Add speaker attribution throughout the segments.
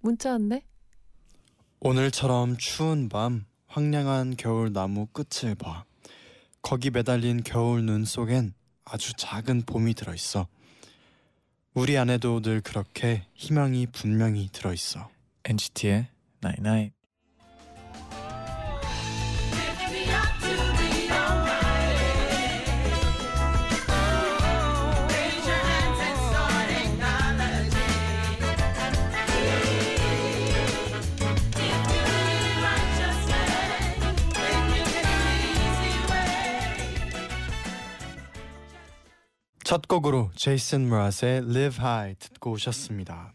Speaker 1: 문자 왔네.
Speaker 2: 오늘처럼 추운 밤 황량한 겨울 나무 끝을 봐 거기 매달린 겨울 눈 속엔 아주 작은 봄이 들어있어 우리 안에도 늘 그렇게 희망이 분명히 들어있어
Speaker 3: NCT의 Night Night.
Speaker 2: 첫 곡으로 제이슨 브라스의 Live High 듣고 오셨습니다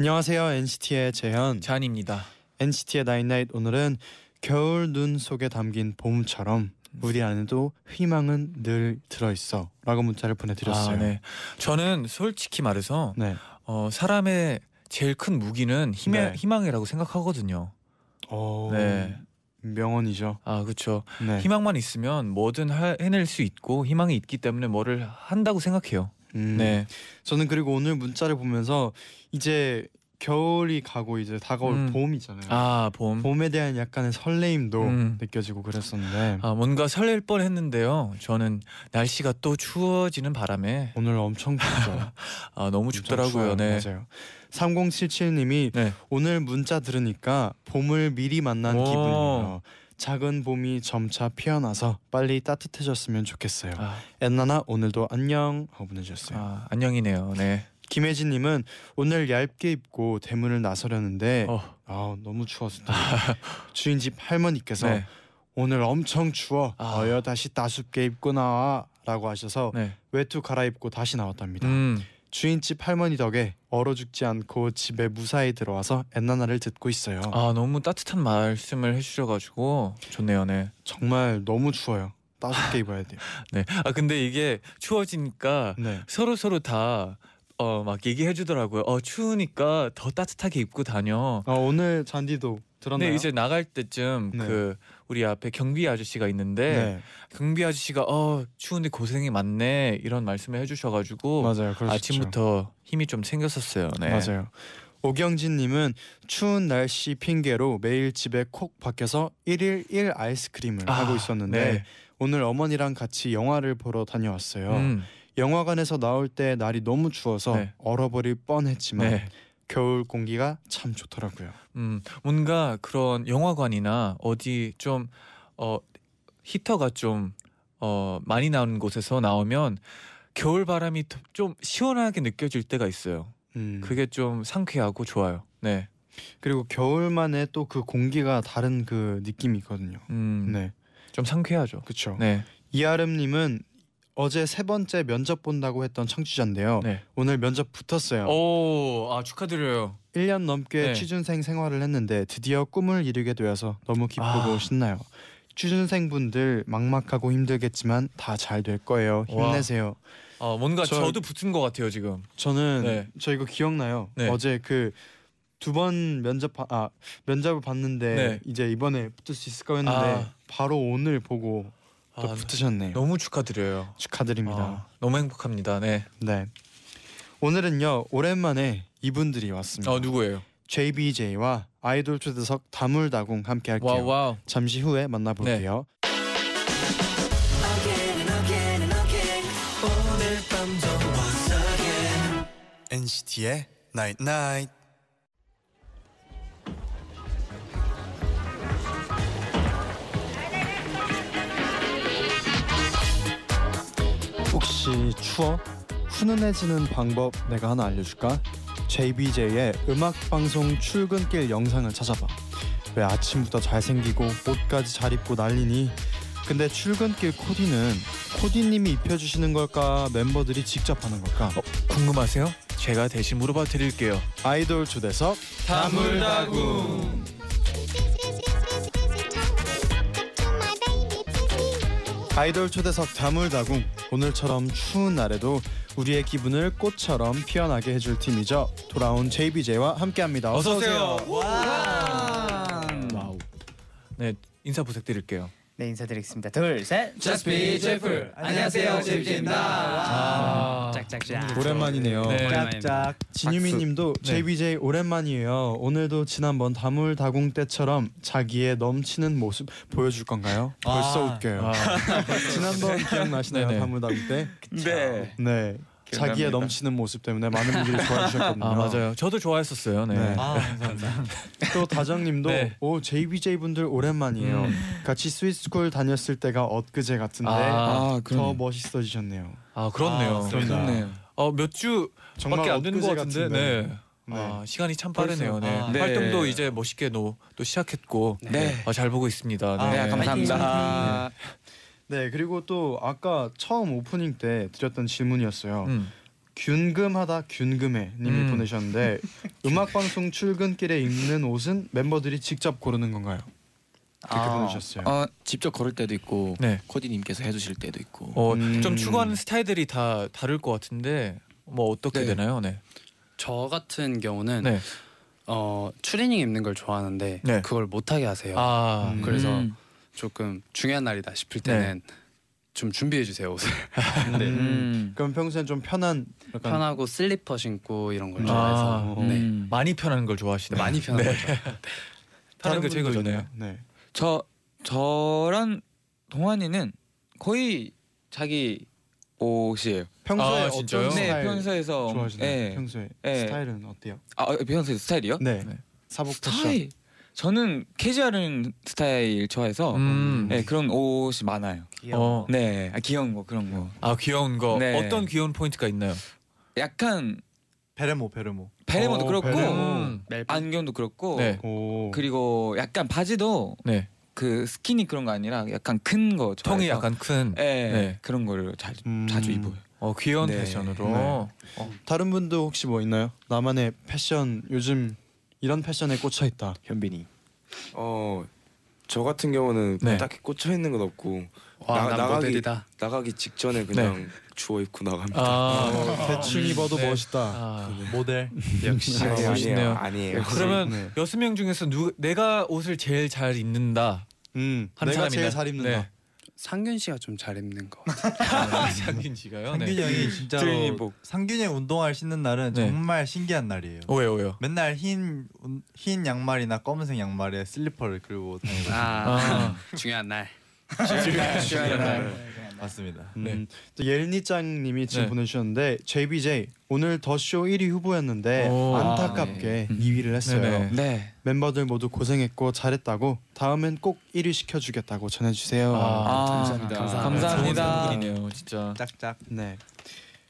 Speaker 2: 안녕하세요 NCT의 재현
Speaker 3: 잔입니다.
Speaker 2: NCT의 나잇나잇 오늘은 겨울 눈 속에 담긴 봄처럼 우리 안에도 희망은 늘 들어있어 라고 문자를 보내드렸어요
Speaker 3: 아, 네. 저는 솔직히 말해서
Speaker 2: 네.
Speaker 3: 어, 사람의 제일 큰 무기는 힘의,
Speaker 2: 네.
Speaker 3: 희망이라고 생각하거든요.
Speaker 2: 어,
Speaker 3: 네.
Speaker 2: 명언이죠
Speaker 3: 아 그렇죠.
Speaker 2: 네.
Speaker 3: 희망만 있으면 뭐든 하- 해낼 수 있고 희망이 있기 때문에 뭐를 한다고 생각해요.
Speaker 2: 음,
Speaker 3: 네.
Speaker 2: 저는 그리고 오늘 문자를 보면서 이제 겨울이 가고 이제 다가올
Speaker 3: 음.
Speaker 2: 봄이잖아요.
Speaker 3: 아 봄.
Speaker 2: 봄에 대한 약간의 설레임도
Speaker 3: 음.
Speaker 2: 느껴지고 그랬었는데
Speaker 3: 아 뭔가 설렐 뻔했는데요. 저는 날씨가 또 추워지는 바람에
Speaker 2: 오늘 엄청 춥죠.
Speaker 3: 아, 너무 춥더라고요. 네.
Speaker 2: 네. 맞아요. 3077님이
Speaker 3: 네.
Speaker 2: 오늘 문자 들으니까 봄을 미리 만난
Speaker 3: 오.
Speaker 2: 기분이에요. 작은 봄이 점차 피어나서 빨리 따뜻해졌으면 좋겠어요.
Speaker 3: 아,
Speaker 2: 엔나나 오늘도 안녕 하고 보내주셨어요.
Speaker 3: 아, 안녕이네요. 네.
Speaker 2: 김혜진님은 오늘 얇게 입고 대문을 나서려는데
Speaker 3: 어,
Speaker 2: 아 너무 추웠습니다. 주인 집 할머니께서
Speaker 3: 네.
Speaker 2: 오늘 엄청 추워.
Speaker 3: 아.
Speaker 2: 어여 다시 따숩게 입고 나와라고 하셔서
Speaker 3: 네.
Speaker 2: 외투 갈아입고 다시 나왔답니다.
Speaker 3: 음.
Speaker 2: 주인 집 할머니 덕에 얼어 죽지 않고 집에 무사히 들어와서 엔나나를 듣고 있어요.
Speaker 3: 아 너무 따뜻한 말씀을 해주셔가지고 좋네요, 네.
Speaker 2: 정말 너무 추워요. 따숩게 입어야 돼요.
Speaker 3: 네. 아 근데 이게 추워지니까
Speaker 2: 네.
Speaker 3: 서로 서로 다 어 막 얘기해주더라고요. 어 추우니까 더 따뜻하게 입고 다녀.
Speaker 2: 아 오늘 잔디도 들었나요?
Speaker 3: 근데 네, 이제 나갈 때쯤
Speaker 2: 네.
Speaker 3: 그 우리 앞에 경비 아저씨가 있는데
Speaker 2: 네.
Speaker 3: 경비 아저씨가 어 추운데 고생이 많네 이런 말씀을 해주셔가지고
Speaker 2: 맞아요. 그럴 수 있죠.
Speaker 3: 아침부터 힘이 좀 생겼었어요. 네.
Speaker 2: 맞아요. 오경진님은 추운 날씨 핑계로 매일 집에 콕 밖에서 1일 1 아이스크림을
Speaker 3: 아,
Speaker 2: 하고 있었는데
Speaker 3: 네.
Speaker 2: 오늘 어머니랑 같이 영화를 보러 다녀왔어요.
Speaker 3: 음,
Speaker 2: 영화관에서 나올 때 날이 너무 추워서
Speaker 3: 네.
Speaker 2: 얼어버릴 뻔했지만
Speaker 3: 네.
Speaker 2: 겨울 공기가 참 좋더라고요.
Speaker 3: 음, 뭔가 그런 영화관이나 어디 좀 어, 히터가 좀 어, 많이 나오는 곳에서 나오면 겨울 바람이 더- 좀 시원하게 느껴질 때가 있어요.
Speaker 2: 음.
Speaker 3: 그게 좀 상쾌하고 좋아요. 네.
Speaker 2: 그리고 겨울만의 또 그 공기가 다른 그 느낌이 있거든요.
Speaker 3: 음,
Speaker 2: 네,
Speaker 3: 좀 상쾌하죠.
Speaker 2: 그렇죠.
Speaker 3: 네.
Speaker 2: 이아름님은 어제 세 번째 면접 본다고 했던 청취자인데요.
Speaker 3: 네.
Speaker 2: 오늘 면접 어, 붙었어요.
Speaker 3: 오, 아 축하드려요.
Speaker 2: 1년 넘게
Speaker 3: 네.
Speaker 2: 취준생 생활을 했는데 드디어 꿈을 이루게 되어서 너무 기쁘고
Speaker 3: 아.
Speaker 2: 신나요. 취준생분들 막막하고 힘들겠지만 다 잘 될 거예요.
Speaker 3: 와.
Speaker 2: 힘내세요.
Speaker 3: 어, 뭔가
Speaker 2: 저-
Speaker 3: 저... 도 붙은 것 같아요 지금.
Speaker 2: 저는
Speaker 3: 네.
Speaker 2: 저 이거 기억나요.
Speaker 3: 네.
Speaker 2: 어제 그 두 번 면접 바- 아 면접을 봤는데
Speaker 3: 네.
Speaker 2: 이제 이번에 붙을 수 있을까 했는데
Speaker 3: 아.
Speaker 2: 바로 오늘 보고 또
Speaker 3: 아,
Speaker 2: 붙으셨네요.
Speaker 3: 너무 축하드려요.
Speaker 2: 축하드립니다.
Speaker 3: 아, 너무 행복합니다. 네.
Speaker 2: 네. 오늘은요 오랜만에 이분들이 왔습니다.
Speaker 3: 어 누구예요?
Speaker 2: JBJ와 아이돌 초대석 다물다궁 함께 할게요.
Speaker 3: 와우 와우.
Speaker 2: 잠시 후에 만나볼게요.
Speaker 4: Again and again and again 오늘 밤도 once again
Speaker 5: NCT의 Night Night.
Speaker 2: 혹시 추워? 훈훈해지는 방법 내가 하나 알려줄까? JBJ의 음악 방송 출근길 영상을 찾아봐. 왜 아침부터 잘생기고 옷까지 잘 입고 난리니? 근데 출근길 코디는 코디님이 입혀주시는 걸까 멤버들이 직접 하는 걸까?
Speaker 3: 궁금하세요? 제가 대신 물어봐 드릴게요.
Speaker 2: 아이돌 초대석
Speaker 3: 다물다구.
Speaker 2: 아이돌 초대석 다물다궁 오늘처럼 추운 날에도 우리의 기분을 꽃처럼 피어나게 해줄 팀이죠 돌아온 JBJ와 함께합니다
Speaker 3: 어서 오세요.
Speaker 2: 와우.
Speaker 3: 네 인사 부탁드릴게요.
Speaker 1: 네 인사드리겠습니다. 둘, 셋.
Speaker 6: 제스피 제플 안녕하세요 제비제입니다
Speaker 3: 아,
Speaker 1: 짝짝짝.
Speaker 2: 오랜만이네요
Speaker 3: 네.
Speaker 1: 짝짝.
Speaker 2: 진유미님도 JBJ 오랜만이에요 오늘도 지난번 다물다궁 때처럼 자기의 넘치는 모습 보여줄 건가요? 벌써 웃겨요 지난번 기억나시나요
Speaker 3: 아. 네네.
Speaker 2: 다물다궁 때?
Speaker 6: 네
Speaker 2: 네 자기의 넘치는 모습 때문에 많은 분들이 좋아해 주셨거든요
Speaker 3: 아 맞아요. 저도 좋아했었어요. 네.
Speaker 2: 네.
Speaker 3: 아,
Speaker 2: 또 다정님도
Speaker 3: 네.
Speaker 2: 오 JBJ 분들 오랜만이에요.
Speaker 3: 음.
Speaker 2: 같이 스위스쿨 다녔을 때가 엊그제 같은데
Speaker 3: 아,
Speaker 2: 더 멋있어지셨네요.
Speaker 3: 아 그렇네요. 어몇 주밖에 안 되는 것 같은데. 네.
Speaker 2: 네.
Speaker 3: 아 시간이 참 빠르네요. 네.
Speaker 6: 네.
Speaker 3: 활동도 이제 멋있게 노, 또 시작했고
Speaker 6: 네.
Speaker 3: 아, 잘 보고 있습니다.
Speaker 6: 네, 감사합니다
Speaker 2: 네 그리고 또 아까 처음 오프닝 때 드렸던 질문이었어요.
Speaker 3: 음.
Speaker 2: 균금하다 균금해님이
Speaker 3: 음.
Speaker 2: 보내셨는데 음악 방송 출근길에 입는 옷은 멤버들이 직접 고르는 건가요? 이렇게
Speaker 1: 아,
Speaker 2: 보내셨어요.
Speaker 6: 어, 직접 걸을 때도 있고
Speaker 3: 네.
Speaker 6: 코디님께서 해주실 때도 있고
Speaker 3: 어,
Speaker 2: 음.
Speaker 3: 좀 추구하는 스타일들이 다 다를 것 같은데 뭐 어떻게
Speaker 7: 네.
Speaker 3: 되나요? 네.
Speaker 7: 저 같은 경우는
Speaker 3: 네.
Speaker 7: 어 추리닝 입는 걸 좋아하는데
Speaker 3: 네.
Speaker 7: 그걸 못하게 하세요.
Speaker 3: 아
Speaker 2: 음.
Speaker 7: 그래서
Speaker 6: 음.
Speaker 7: 조금 중요한 날이다 싶을 때는 좀 준비해 주세요 옷을
Speaker 2: 네.
Speaker 6: 음.
Speaker 2: 그럼 평소엔 좀 편한 약간
Speaker 7: 편하고 슬리퍼 신고 이런 걸
Speaker 2: 아.
Speaker 7: 좋아해서
Speaker 2: 음.
Speaker 7: 네.
Speaker 6: 음.
Speaker 3: 많이 편한 걸 좋아하시네요.
Speaker 7: 많이 편한 거죠.
Speaker 3: 편한 게
Speaker 2: 다른 분도
Speaker 3: 최고잖아요.
Speaker 2: 있나요? 네.
Speaker 6: 저 저랑 동환이는 거의 자기 옷이에요.
Speaker 2: 평소에
Speaker 3: 아,
Speaker 2: 어떤
Speaker 3: 진짜요?
Speaker 2: 스타일
Speaker 6: 네, 평소에서
Speaker 2: 좋아하시나요?
Speaker 6: 네.
Speaker 2: 평소에
Speaker 6: 예.
Speaker 2: 스타일은 어때요?
Speaker 6: 아, 평소에 스타일이요?
Speaker 2: 네.
Speaker 3: 네.
Speaker 2: 사복 패션.
Speaker 6: 스타일. 저는 캐주얼한 스타일 좋아해서
Speaker 3: 음.
Speaker 6: 네, 그런 옷이 많아요.
Speaker 3: 어.
Speaker 6: 네, 아, 귀여운 거 그런 거.
Speaker 3: 아 귀여운 거
Speaker 6: 네.
Speaker 3: 어떤 귀여운 포인트가 있나요?
Speaker 6: 약간
Speaker 5: 베레모 베레모
Speaker 6: 베레모도
Speaker 2: 어,
Speaker 6: 그렇고
Speaker 2: 베레모.
Speaker 3: 음.
Speaker 6: 안경도 그렇고
Speaker 3: 네.
Speaker 2: 오.
Speaker 6: 그리고 약간 바지도
Speaker 3: 네.
Speaker 6: 그 스키니 그런 거 아니라 약간 큰 거 좋아해서
Speaker 3: 통이 약간 큰.
Speaker 6: 예,
Speaker 3: 네.
Speaker 6: 그런 거를 자,
Speaker 2: 음.
Speaker 6: 자주 입어요.
Speaker 3: 어 귀여운
Speaker 6: 네.
Speaker 3: 패션으로.
Speaker 2: 네. 다른 분도 혹시 뭐 있나요? 나만의 패션 요즘 이런 패션에 꽂혀 있다. 현빈이.
Speaker 8: 어, 저 같은 경우는
Speaker 3: 네.
Speaker 8: 딱히 꽂혀 있는 건 없고
Speaker 7: 와, 나,
Speaker 8: 나- 나가기-
Speaker 7: 모델이다.
Speaker 8: 나가기 직전에 그냥 주워 입고 나갑니다.
Speaker 3: 네. 아,
Speaker 2: 대충
Speaker 3: 음,
Speaker 2: 입어도
Speaker 3: 네.
Speaker 2: 멋있다.
Speaker 3: 아 모델.
Speaker 8: 역시 아니에요,
Speaker 3: 멋있네요.
Speaker 8: 아니에요. 아니에요.
Speaker 3: 그러면
Speaker 2: 네.
Speaker 3: 여섯 명 중에서 누 내가 옷을 제일 잘 입는다
Speaker 2: 음.
Speaker 3: 한
Speaker 2: 내가
Speaker 3: 사람이다.
Speaker 2: 제일 잘 입는다.
Speaker 3: 네. 아,
Speaker 7: 상균 씨가 좀 잘 입는 거.
Speaker 3: 장균 씨가요.
Speaker 5: 상균이
Speaker 3: 네.
Speaker 5: 형이 진짜로
Speaker 6: 트레이닝복.
Speaker 5: 상균이 형 운동화를 신는 날은
Speaker 3: 네.
Speaker 5: 정말 네. 신기한 날이에요
Speaker 3: 오요 오요.
Speaker 5: 맨날 흰, 운- 흰 양말이나 검은색 양말에 슬리퍼를 끌고 다니고
Speaker 7: 아, 중요한 날.
Speaker 6: 중요한 날.
Speaker 5: 맞습니다
Speaker 2: 음,
Speaker 3: 네.
Speaker 2: 또 예린이짱님이 지금
Speaker 3: 네.
Speaker 2: 보내주셨는데 JBJ 오늘 더 쇼 1위 후보였는데
Speaker 3: 오. 아,
Speaker 2: 안타깝게
Speaker 3: 네.
Speaker 2: 2위를 했어요.
Speaker 3: 네네.
Speaker 6: 네.
Speaker 2: 멤버들 모두 고생했고 잘했다고 다음엔 꼭 1위 시켜주겠다고 전해주세요.
Speaker 3: 아,
Speaker 6: 감사합니다.
Speaker 3: 좋은
Speaker 6: 감사합니다.
Speaker 3: 선물이네요, 진짜.
Speaker 5: 짝짝
Speaker 2: 네.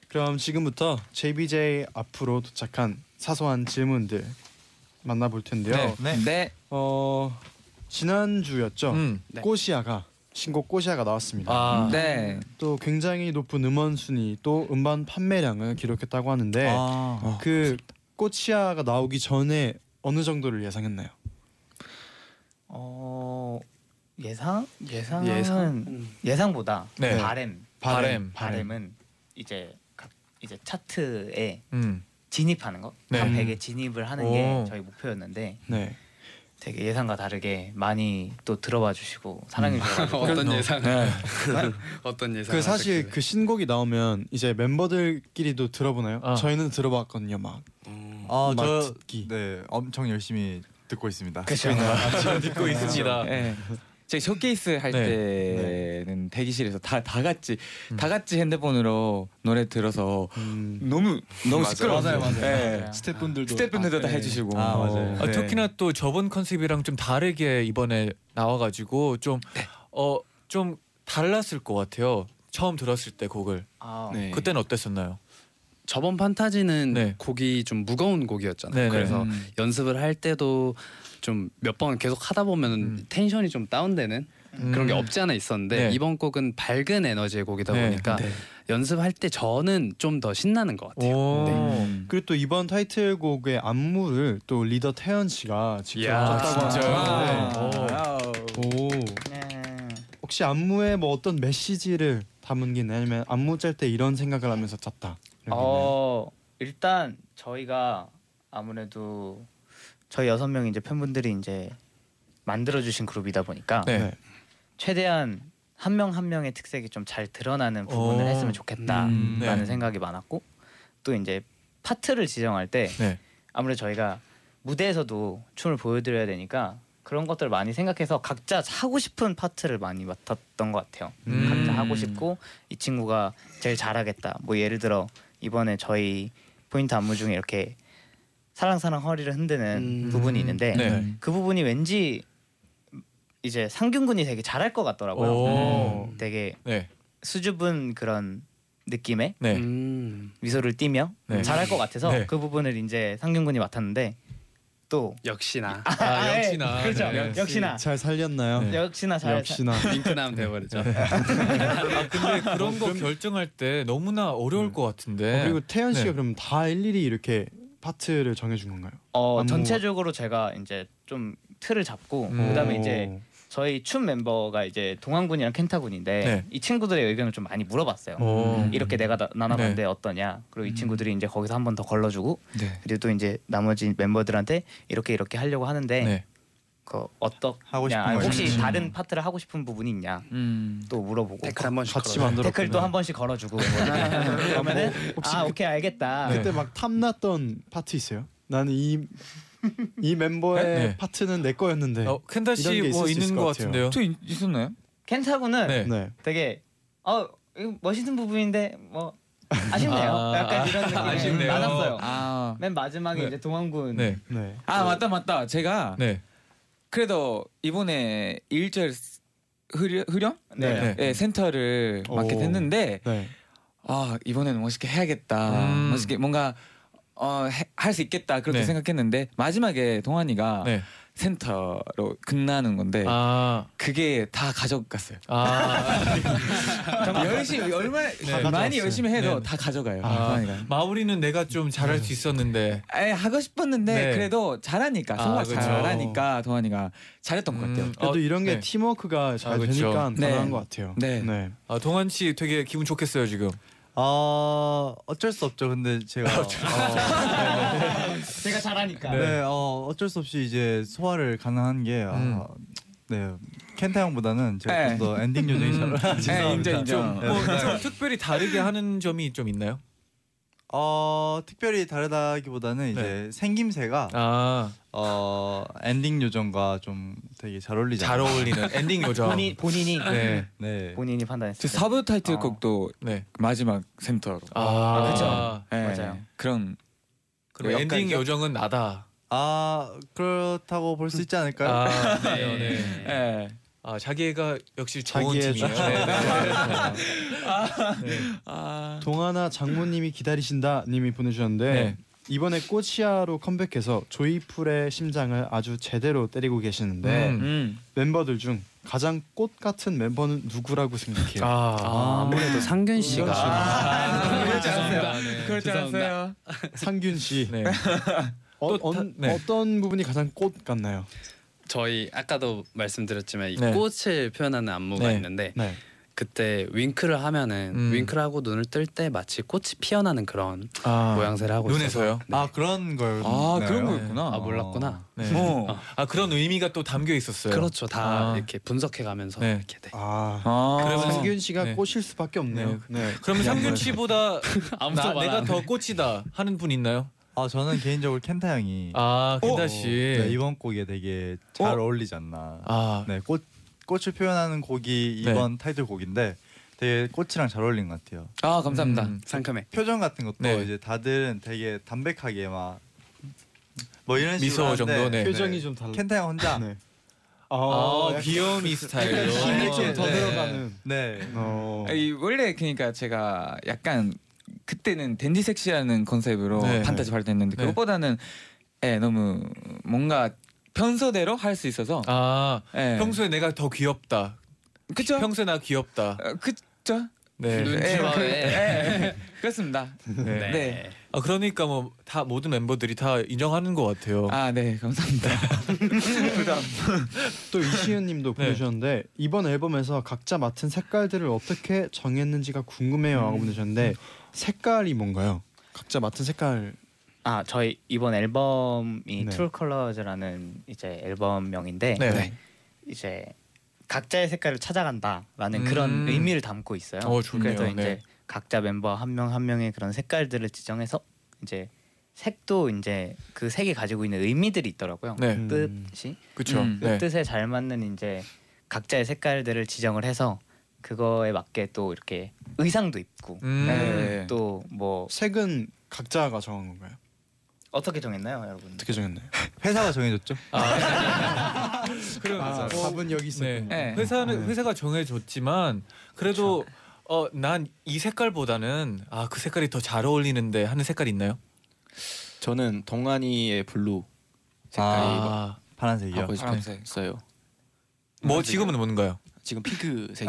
Speaker 2: 그럼 지금부터 JBJ 앞으로 도착한 사소한 질문들 만나볼 텐데요.
Speaker 3: 네.
Speaker 5: 네
Speaker 6: 네.
Speaker 2: 어 지난 주였죠.
Speaker 3: 음.
Speaker 7: 네.
Speaker 2: 꼬시아가 신곡 꼬시아가 나왔습니다.
Speaker 3: 아.
Speaker 6: 네.
Speaker 2: 또 굉장히 높은 음원 순위 또 음반 판매량을 기록했다고 하는데
Speaker 3: 아.
Speaker 2: 그 꼬시아가 나오기 전에 어느 정도를 예상했나요?
Speaker 1: 어 예상 예상은 음. 예상?
Speaker 7: 예상.
Speaker 1: 보다
Speaker 3: 네.
Speaker 1: 바램
Speaker 3: 바램.
Speaker 1: 바램은 이제 각 이제 차트에
Speaker 3: 음.
Speaker 1: 진입하는 거,
Speaker 3: 네.
Speaker 1: 한 100에 진입을 하는
Speaker 3: 오.
Speaker 1: 게 저희 목표였는데
Speaker 2: 네.
Speaker 1: 되게 예상과 다르게 많이 또 들어봐 주시고 사랑해 주셔서
Speaker 7: 어떤 예상?
Speaker 3: 네.
Speaker 7: 어떤 예상?
Speaker 2: 그 사실 그 신곡이 나오면 이제 멤버들끼리도 들어보나요?
Speaker 3: 아.
Speaker 2: 저희는 들어봤거든요. 막
Speaker 7: 음.
Speaker 5: 어,
Speaker 2: 막
Speaker 5: 저,
Speaker 2: 듣기.
Speaker 5: 네 엄청 열심히 듣고 있습니다
Speaker 1: 그쵸.
Speaker 3: 듣고 있습니다.
Speaker 6: 네. 저희 쇼케이스 할
Speaker 3: 아. 네.
Speaker 6: 때는 대기실에서 다 다 같이
Speaker 3: 음.
Speaker 6: 다 같이 핸드폰으로 노래 들어서
Speaker 2: 음.
Speaker 6: 너무 너무 시끄러웠어요.
Speaker 1: 맞아요, 맞아요.
Speaker 6: 네.
Speaker 1: 맞아요.
Speaker 6: 스태프분들도 스태프분들도 다 해주시고.
Speaker 5: 아, 맞아요.
Speaker 2: 네.
Speaker 3: 아, 특히나 또 저번 컨셉이랑 좀 다르게 이번에 나와가지고 좀
Speaker 2: 네.
Speaker 3: 어, 좀 달랐을 것 같아요. 처음 들었을 때 곡을
Speaker 1: 아,
Speaker 6: 네.
Speaker 3: 그때는 어땠었나요?
Speaker 7: 저번 판타지는
Speaker 3: 네.
Speaker 7: 곡이 좀 무거운 곡이었잖아요.
Speaker 3: 네네.
Speaker 7: 그래서
Speaker 6: 음.
Speaker 7: 연습을 할 때도 좀 몇 번 계속 하다 보면
Speaker 3: 음.
Speaker 7: 텐션이
Speaker 2: 음,
Speaker 7: 좀 다운되는 그런 게 없지 않아 있었는데
Speaker 3: 네.
Speaker 7: 이번 곡은 밝은 에너지의 곡이다
Speaker 3: 네.
Speaker 7: 보니까 연습할 때 저는 좀 더 신나는 것 같아요.
Speaker 3: 오.
Speaker 2: 그리고 또 이번 타이틀곡의 안무를 또 리더 태연 씨가 직접
Speaker 7: 이야,
Speaker 2: 짰다고
Speaker 7: 진짜요?
Speaker 2: 하는데 오
Speaker 1: 네.
Speaker 2: 혹시 안무에 뭐 어떤 메시지를 담은 게 있나요? 아니면 안무 짤 때 이런 생각을 하면서 짰다 이런 게 있나요?
Speaker 1: 어 일단 저희가 아무래도 저희 여섯 명 이제 팬분들이 이제 만들어 주신 그룹이다 보니까
Speaker 3: 네.
Speaker 1: 최대한 한 명 한 명의 특색이 좀 잘 드러나는 부분을
Speaker 3: 오.
Speaker 1: 했으면 좋겠다라는
Speaker 3: 어. 음, 네.
Speaker 1: 생각이 많았고 또 이제 파트를 지정할 때
Speaker 3: 네.
Speaker 1: 아무래도 저희가 무대에서도 춤을 보여드려야 되니까 그런 것들 을 많이 생각해서 각자 하고 싶은 파트를 많이 맡았던 것 같아요.
Speaker 3: 음.
Speaker 1: 각자 하고 싶고 이 친구가 제일 잘하겠다. 뭐 예를 들어 이번에 저희 포인트 안무 중에 이렇게 사랑사랑 허리를 흔드는
Speaker 7: 음.
Speaker 1: 부분이 있는데
Speaker 3: 네.
Speaker 1: 그 부분이 왠지 이제 상균 군이 되게 잘할 것 같더라고요.
Speaker 7: 음.
Speaker 3: 오.
Speaker 1: 되게
Speaker 3: 네.
Speaker 1: 수줍은 그런 느낌의
Speaker 3: 네.
Speaker 7: 음.
Speaker 1: 미소를 띠며
Speaker 3: 네.
Speaker 1: 잘할 것 같아서
Speaker 3: 네.
Speaker 1: 그 부분을 이제 상균 군이 맡았는데 또
Speaker 7: 역시나
Speaker 3: 아, 역시나.
Speaker 1: 그렇죠.
Speaker 3: 네.
Speaker 1: 역시나
Speaker 2: 잘 살렸나요?
Speaker 3: 네.
Speaker 1: 역시나 잘
Speaker 2: 역시나
Speaker 7: 링크남 되어버리죠.
Speaker 3: 근데 그런
Speaker 2: 아,
Speaker 3: 거 결정할 때 너무나 어려울 것 같은데.
Speaker 2: 음. 그리고 태연 씨가
Speaker 3: 네.
Speaker 2: 그럼 다 일일이 이렇게 파트를 정해준 건가요?
Speaker 1: 어
Speaker 2: 안무가-
Speaker 1: 전체적으로 제가 이제 좀 틀을 잡고 그다음에
Speaker 2: 오.
Speaker 1: 이제 저희 춤 멤버가 이제 동환군이랑 켄타군인데
Speaker 3: 네.
Speaker 1: 이 친구들의 의견을 좀 많이 물어봤어요.
Speaker 3: 오.
Speaker 2: 네.
Speaker 1: 이렇게 내가 나- 나눠봤는데 어떠냐? 그리고 이 친구들이 이제 거기서 한 번 더 걸러주고
Speaker 7: 네.
Speaker 1: 그리고 또 이제 나머지 멤버들한테 이렇게 이렇게 하려고 하는데
Speaker 3: 네.
Speaker 1: 그 어떠냐?
Speaker 5: 하고 싶은
Speaker 1: 아니,
Speaker 5: 거
Speaker 1: 혹시
Speaker 5: 있는지.
Speaker 1: 다른 파트를 하고 싶은 부분이 있냐?
Speaker 2: 음.
Speaker 1: 또 물어보고
Speaker 7: 댓글 네, 한 번씩
Speaker 2: 같이
Speaker 7: 걸어요.
Speaker 2: 만들었
Speaker 1: 댓글도 한 번씩 걸어주고
Speaker 3: 네.
Speaker 1: 네. 그러면은
Speaker 2: 혹시
Speaker 1: 아
Speaker 2: 그-
Speaker 1: 오케이 알겠다.
Speaker 2: 그때 막 탐났던 파트 있어요? 나는 이, 이 멤버의
Speaker 3: 네.
Speaker 2: 파트는 내 거였는데
Speaker 3: 어, 켄다
Speaker 2: 이런 게 있을
Speaker 3: 씨뭐
Speaker 2: 수 있을
Speaker 3: 있는
Speaker 2: 것
Speaker 3: 것
Speaker 2: 같아요.
Speaker 3: 같은데요.
Speaker 6: 저 있- 있었나요?
Speaker 1: 켄타군은
Speaker 3: 네.
Speaker 2: 네.
Speaker 1: 되게 어 이거 멋있는 부분인데 뭐 아쉽네요.
Speaker 3: 아,
Speaker 1: 약간 이런 느낌이
Speaker 3: 아쉽네요.
Speaker 1: 많았어요.
Speaker 6: 아,
Speaker 1: 맨 마지막에
Speaker 3: 네.
Speaker 1: 이제 동환군
Speaker 3: 네.
Speaker 2: 네.
Speaker 6: 아 맞다 맞다. 제가
Speaker 3: 네.
Speaker 6: 그래도 이번에 일절 흐려 흐렴
Speaker 1: 네.
Speaker 3: 네.
Speaker 6: 예, 센터를
Speaker 2: 오.
Speaker 6: 맡게 됐는데
Speaker 2: 네.
Speaker 6: 아 이번에는 멋있게 해야겠다.
Speaker 3: 음.
Speaker 6: 멋있게 뭔가 어, 할 수 있겠다 그렇게
Speaker 3: 네.
Speaker 6: 생각했는데 마지막에 동환이가
Speaker 3: 네.
Speaker 6: 센터로 끝나는 건데
Speaker 3: 아.
Speaker 6: 그게 다 가져갔어요.
Speaker 3: 아.
Speaker 6: 열심히 얼마나 네. 많이
Speaker 2: 가져갔어요.
Speaker 6: 열심히 해도
Speaker 3: 네.
Speaker 6: 다 가져가요.
Speaker 3: 아.
Speaker 6: 동환이가.
Speaker 3: 마무리는 내가 좀 잘할 수 있었는데.
Speaker 6: 에 하고 싶었는데
Speaker 3: 네.
Speaker 6: 그래도 잘하니까
Speaker 3: 아,
Speaker 6: 성악
Speaker 3: 그쵸.
Speaker 6: 잘하니까 동환이가 잘했던 것 같아요.
Speaker 3: 음.
Speaker 2: 그래도
Speaker 3: 어,
Speaker 2: 이런 게
Speaker 3: 네.
Speaker 2: 팀워크가 잘
Speaker 3: 아, 그쵸.
Speaker 2: 되니까
Speaker 6: 네.
Speaker 2: 가능한 것 같아요.
Speaker 6: 네.
Speaker 2: 네.
Speaker 3: 아, 동환 씨 되게 기분 좋겠어요, 지금.
Speaker 5: 어 어쩔 수 없죠. 근데 제가 어,
Speaker 1: 제가 잘하니까.
Speaker 5: 네, 어, 어쩔 수 없이 이제 소화를 가능한 게 아,
Speaker 3: 음.
Speaker 5: 네. 켄타 형보다는 제가 좀
Speaker 6: 네.
Speaker 5: 더 엔딩 요정이 잘
Speaker 6: 네,
Speaker 5: 죄송합니다.
Speaker 6: 인정 인정.
Speaker 5: 네,
Speaker 3: 뭐
Speaker 5: 네.
Speaker 3: 좀 특별히 다르게 하는 점이 좀 있나요?
Speaker 5: 어, 특별히 다르다기보다는 이제 생김새가
Speaker 3: 아,
Speaker 5: 어, 엔딩 요정과 좀 되게 잘 어울리잖아요.
Speaker 3: 잘 어울리는 엔딩 요정.
Speaker 1: 본인 본인이
Speaker 3: 네.
Speaker 5: 네.
Speaker 1: 본인이
Speaker 6: 저
Speaker 1: 판단했어요.
Speaker 6: 그 사부 타이틀곡도
Speaker 3: 네.
Speaker 6: 마지막 센터로.
Speaker 3: 아,
Speaker 1: 그쵸.
Speaker 6: 예,
Speaker 1: 맞아요.
Speaker 6: 그런
Speaker 3: 그럼
Speaker 6: 약간
Speaker 3: 엔딩
Speaker 6: 이게-
Speaker 3: 요정은 나다.
Speaker 5: 아, 그렇다고 볼 수 있지 않을까요?
Speaker 3: 아, 네. 네.
Speaker 6: 예.
Speaker 3: 아, 자기애가 역시 좋은
Speaker 2: 자기애
Speaker 3: 팀이에요.
Speaker 2: 좋죠.
Speaker 3: 네.
Speaker 6: 아.
Speaker 2: 동하나 장모님이 기다리신다 님이 보내주셨는데
Speaker 3: 네.
Speaker 2: 이번에 꼬치아로 컴백해서 조이풀의 심장을 아주 제대로 때리고 계시는데
Speaker 3: 음.
Speaker 6: 음.
Speaker 2: 멤버들 중 가장 꽃 같은 멤버는 누구라고 생각해요?
Speaker 3: 아,
Speaker 7: 아, 무래도 상균 씨가 아,
Speaker 6: 그렇지
Speaker 3: 죄송합니다.
Speaker 6: 않았어요.
Speaker 3: 네.
Speaker 6: 그럴 줄
Speaker 7: 죄송합니다.
Speaker 6: 알았어요.
Speaker 2: 상균 씨
Speaker 3: 네.
Speaker 2: 어,
Speaker 3: 또 다- 네.
Speaker 2: 떤 부분이 가장 꽃 같나요?
Speaker 7: 저희 아까도 말씀드렸지만 이
Speaker 3: 네.
Speaker 7: 꽃을 표현하는 안무가
Speaker 3: 네.
Speaker 7: 있는데
Speaker 2: 네.
Speaker 7: 그때 윙크를 하면은
Speaker 3: 음.
Speaker 7: 윙크를 하고 눈을 뜰 때 마치 꽃이 피어나는 그런
Speaker 3: 아,
Speaker 7: 모양새를 하고
Speaker 3: 눈에서요?
Speaker 7: 있어서. 네.
Speaker 5: 아, 그런 걸 네. 어.
Speaker 6: 아 그런
Speaker 3: 거-
Speaker 6: 거였구나.
Speaker 7: 아 몰랐구나.
Speaker 3: 네.
Speaker 6: 어.
Speaker 3: 아, 그런 의미가 또 담겨 있었어요.
Speaker 7: 그렇죠. 다
Speaker 3: 아.
Speaker 7: 이렇게 분석해 가면서
Speaker 3: 네.
Speaker 7: 이렇게 돼.
Speaker 2: 아,
Speaker 6: 아.
Speaker 3: 그러면
Speaker 2: 상균 씨가
Speaker 3: 네.
Speaker 2: 꽃일 수밖에 없네요. 네.
Speaker 3: 그러면 상균 씨보다
Speaker 7: 아무도
Speaker 3: 나,
Speaker 7: 말
Speaker 3: 내가
Speaker 7: 안 해.
Speaker 3: 더 꽃이다 하는 분 있나요?
Speaker 5: 아, 저는 개인적으로 켄타 형이
Speaker 3: 아, 기다 씨.
Speaker 5: 네, 이번 곡에 되게 잘
Speaker 6: 어?
Speaker 5: 어? 울리지 않나.
Speaker 3: 아,
Speaker 5: 네, 꽃 꽃을 표현하는 곡이
Speaker 3: 네.
Speaker 5: 이번 타이틀 곡인데 되게 꽃이랑 잘 어울린 것 같아요.
Speaker 6: 아 감사합니다.
Speaker 3: 음.
Speaker 7: 상큼해.
Speaker 5: 표정 같은 것도
Speaker 3: 네.
Speaker 5: 이제 다들은 되게 담백하게 막 뭐 이런 식으로
Speaker 3: 미소 정도,
Speaker 5: 하는데
Speaker 3: 네.
Speaker 2: 표정이 좀 달라.
Speaker 5: 켄타 형 혼자 네.
Speaker 2: 네.
Speaker 3: 아,
Speaker 2: 약간
Speaker 3: 귀여움이 스타일로.
Speaker 2: 힘이 좀 더
Speaker 3: 네.
Speaker 2: 들어가는. 어.
Speaker 6: 이 원래 그러니까 제가 약간 그때는 댄디 섹시하는 컨셉으로
Speaker 3: 네.
Speaker 6: 판타지 발표했는데
Speaker 3: 네.
Speaker 6: 그것보다는 예 너무 뭔가 평소대로 할 수 있어서
Speaker 3: 아,
Speaker 6: 예.
Speaker 3: 평소에 내가 더 귀엽다.
Speaker 6: 그쵸
Speaker 3: 네. 평소에 나 귀엽다.
Speaker 6: 어, 그쵸
Speaker 3: 네.
Speaker 6: 예, 그-
Speaker 7: 눈치마에.
Speaker 6: 예, 예. 그렇습니다.
Speaker 3: 네.
Speaker 6: 네.
Speaker 3: 아 그러니까 뭐 다 모든 멤버들이 다 인정하는 것 같아요.
Speaker 6: 아, 네, 감사합니다. 부담.
Speaker 2: 또 이시은님도 보내주셨는데 이번 앨범에서 각자 맡은 색깔들을 어떻게 정했는지가 궁금해요
Speaker 9: 음.
Speaker 2: 하고 보내주셨는데 색깔이 뭔가요? 각자 맡은 색깔
Speaker 1: 아 저희 이번 앨범이
Speaker 2: 네.
Speaker 1: True Colors라는 이제 앨범명인데
Speaker 3: 네.
Speaker 1: 이제 각자의 색깔을 찾아간다라는
Speaker 3: 음.
Speaker 1: 그런 의미를 담고 있어요.
Speaker 3: 어, 좋네요.
Speaker 1: 그래서 이제
Speaker 3: 네.
Speaker 1: 각자 멤버 한 명 한 명의 그런 색깔들을 지정해서 이제 색도 이제 그 색이 가지고 있는 의미들이 있더라고요.
Speaker 3: 네.
Speaker 2: 음.
Speaker 1: 뜻이
Speaker 3: 그렇죠.
Speaker 6: 음.
Speaker 1: 그
Speaker 3: 네.
Speaker 1: 뜻에 잘 맞는 이제 각자의 색깔들을 지정을 해서 그거에 맞게 또 이렇게 의상도 입고
Speaker 3: 음.
Speaker 6: 네.
Speaker 1: 또 뭐
Speaker 2: 색은 각자가 정한 건가요?
Speaker 1: 어떻게 정했나요, 여러분?
Speaker 2: 어떻게 정했나요?
Speaker 5: 회사가 정해줬죠? 아.
Speaker 3: 그럼
Speaker 2: 아, 답은 여기 있어요.
Speaker 3: 네.
Speaker 6: 네.
Speaker 3: 회사는
Speaker 2: 네.
Speaker 3: 회사가 정해줬지만 그래도 어 난 이 색깔보다는 아 그 색깔이 더 잘 어울리는데 하는 색깔 있나요?
Speaker 9: 저는 동안이의 블루 색깔이
Speaker 3: 아,
Speaker 5: 파란색이요.
Speaker 9: 하고
Speaker 6: 파란색.
Speaker 9: 싶었어요.
Speaker 3: 뭐 지금은 뭔가요?
Speaker 9: 지금 핑크색.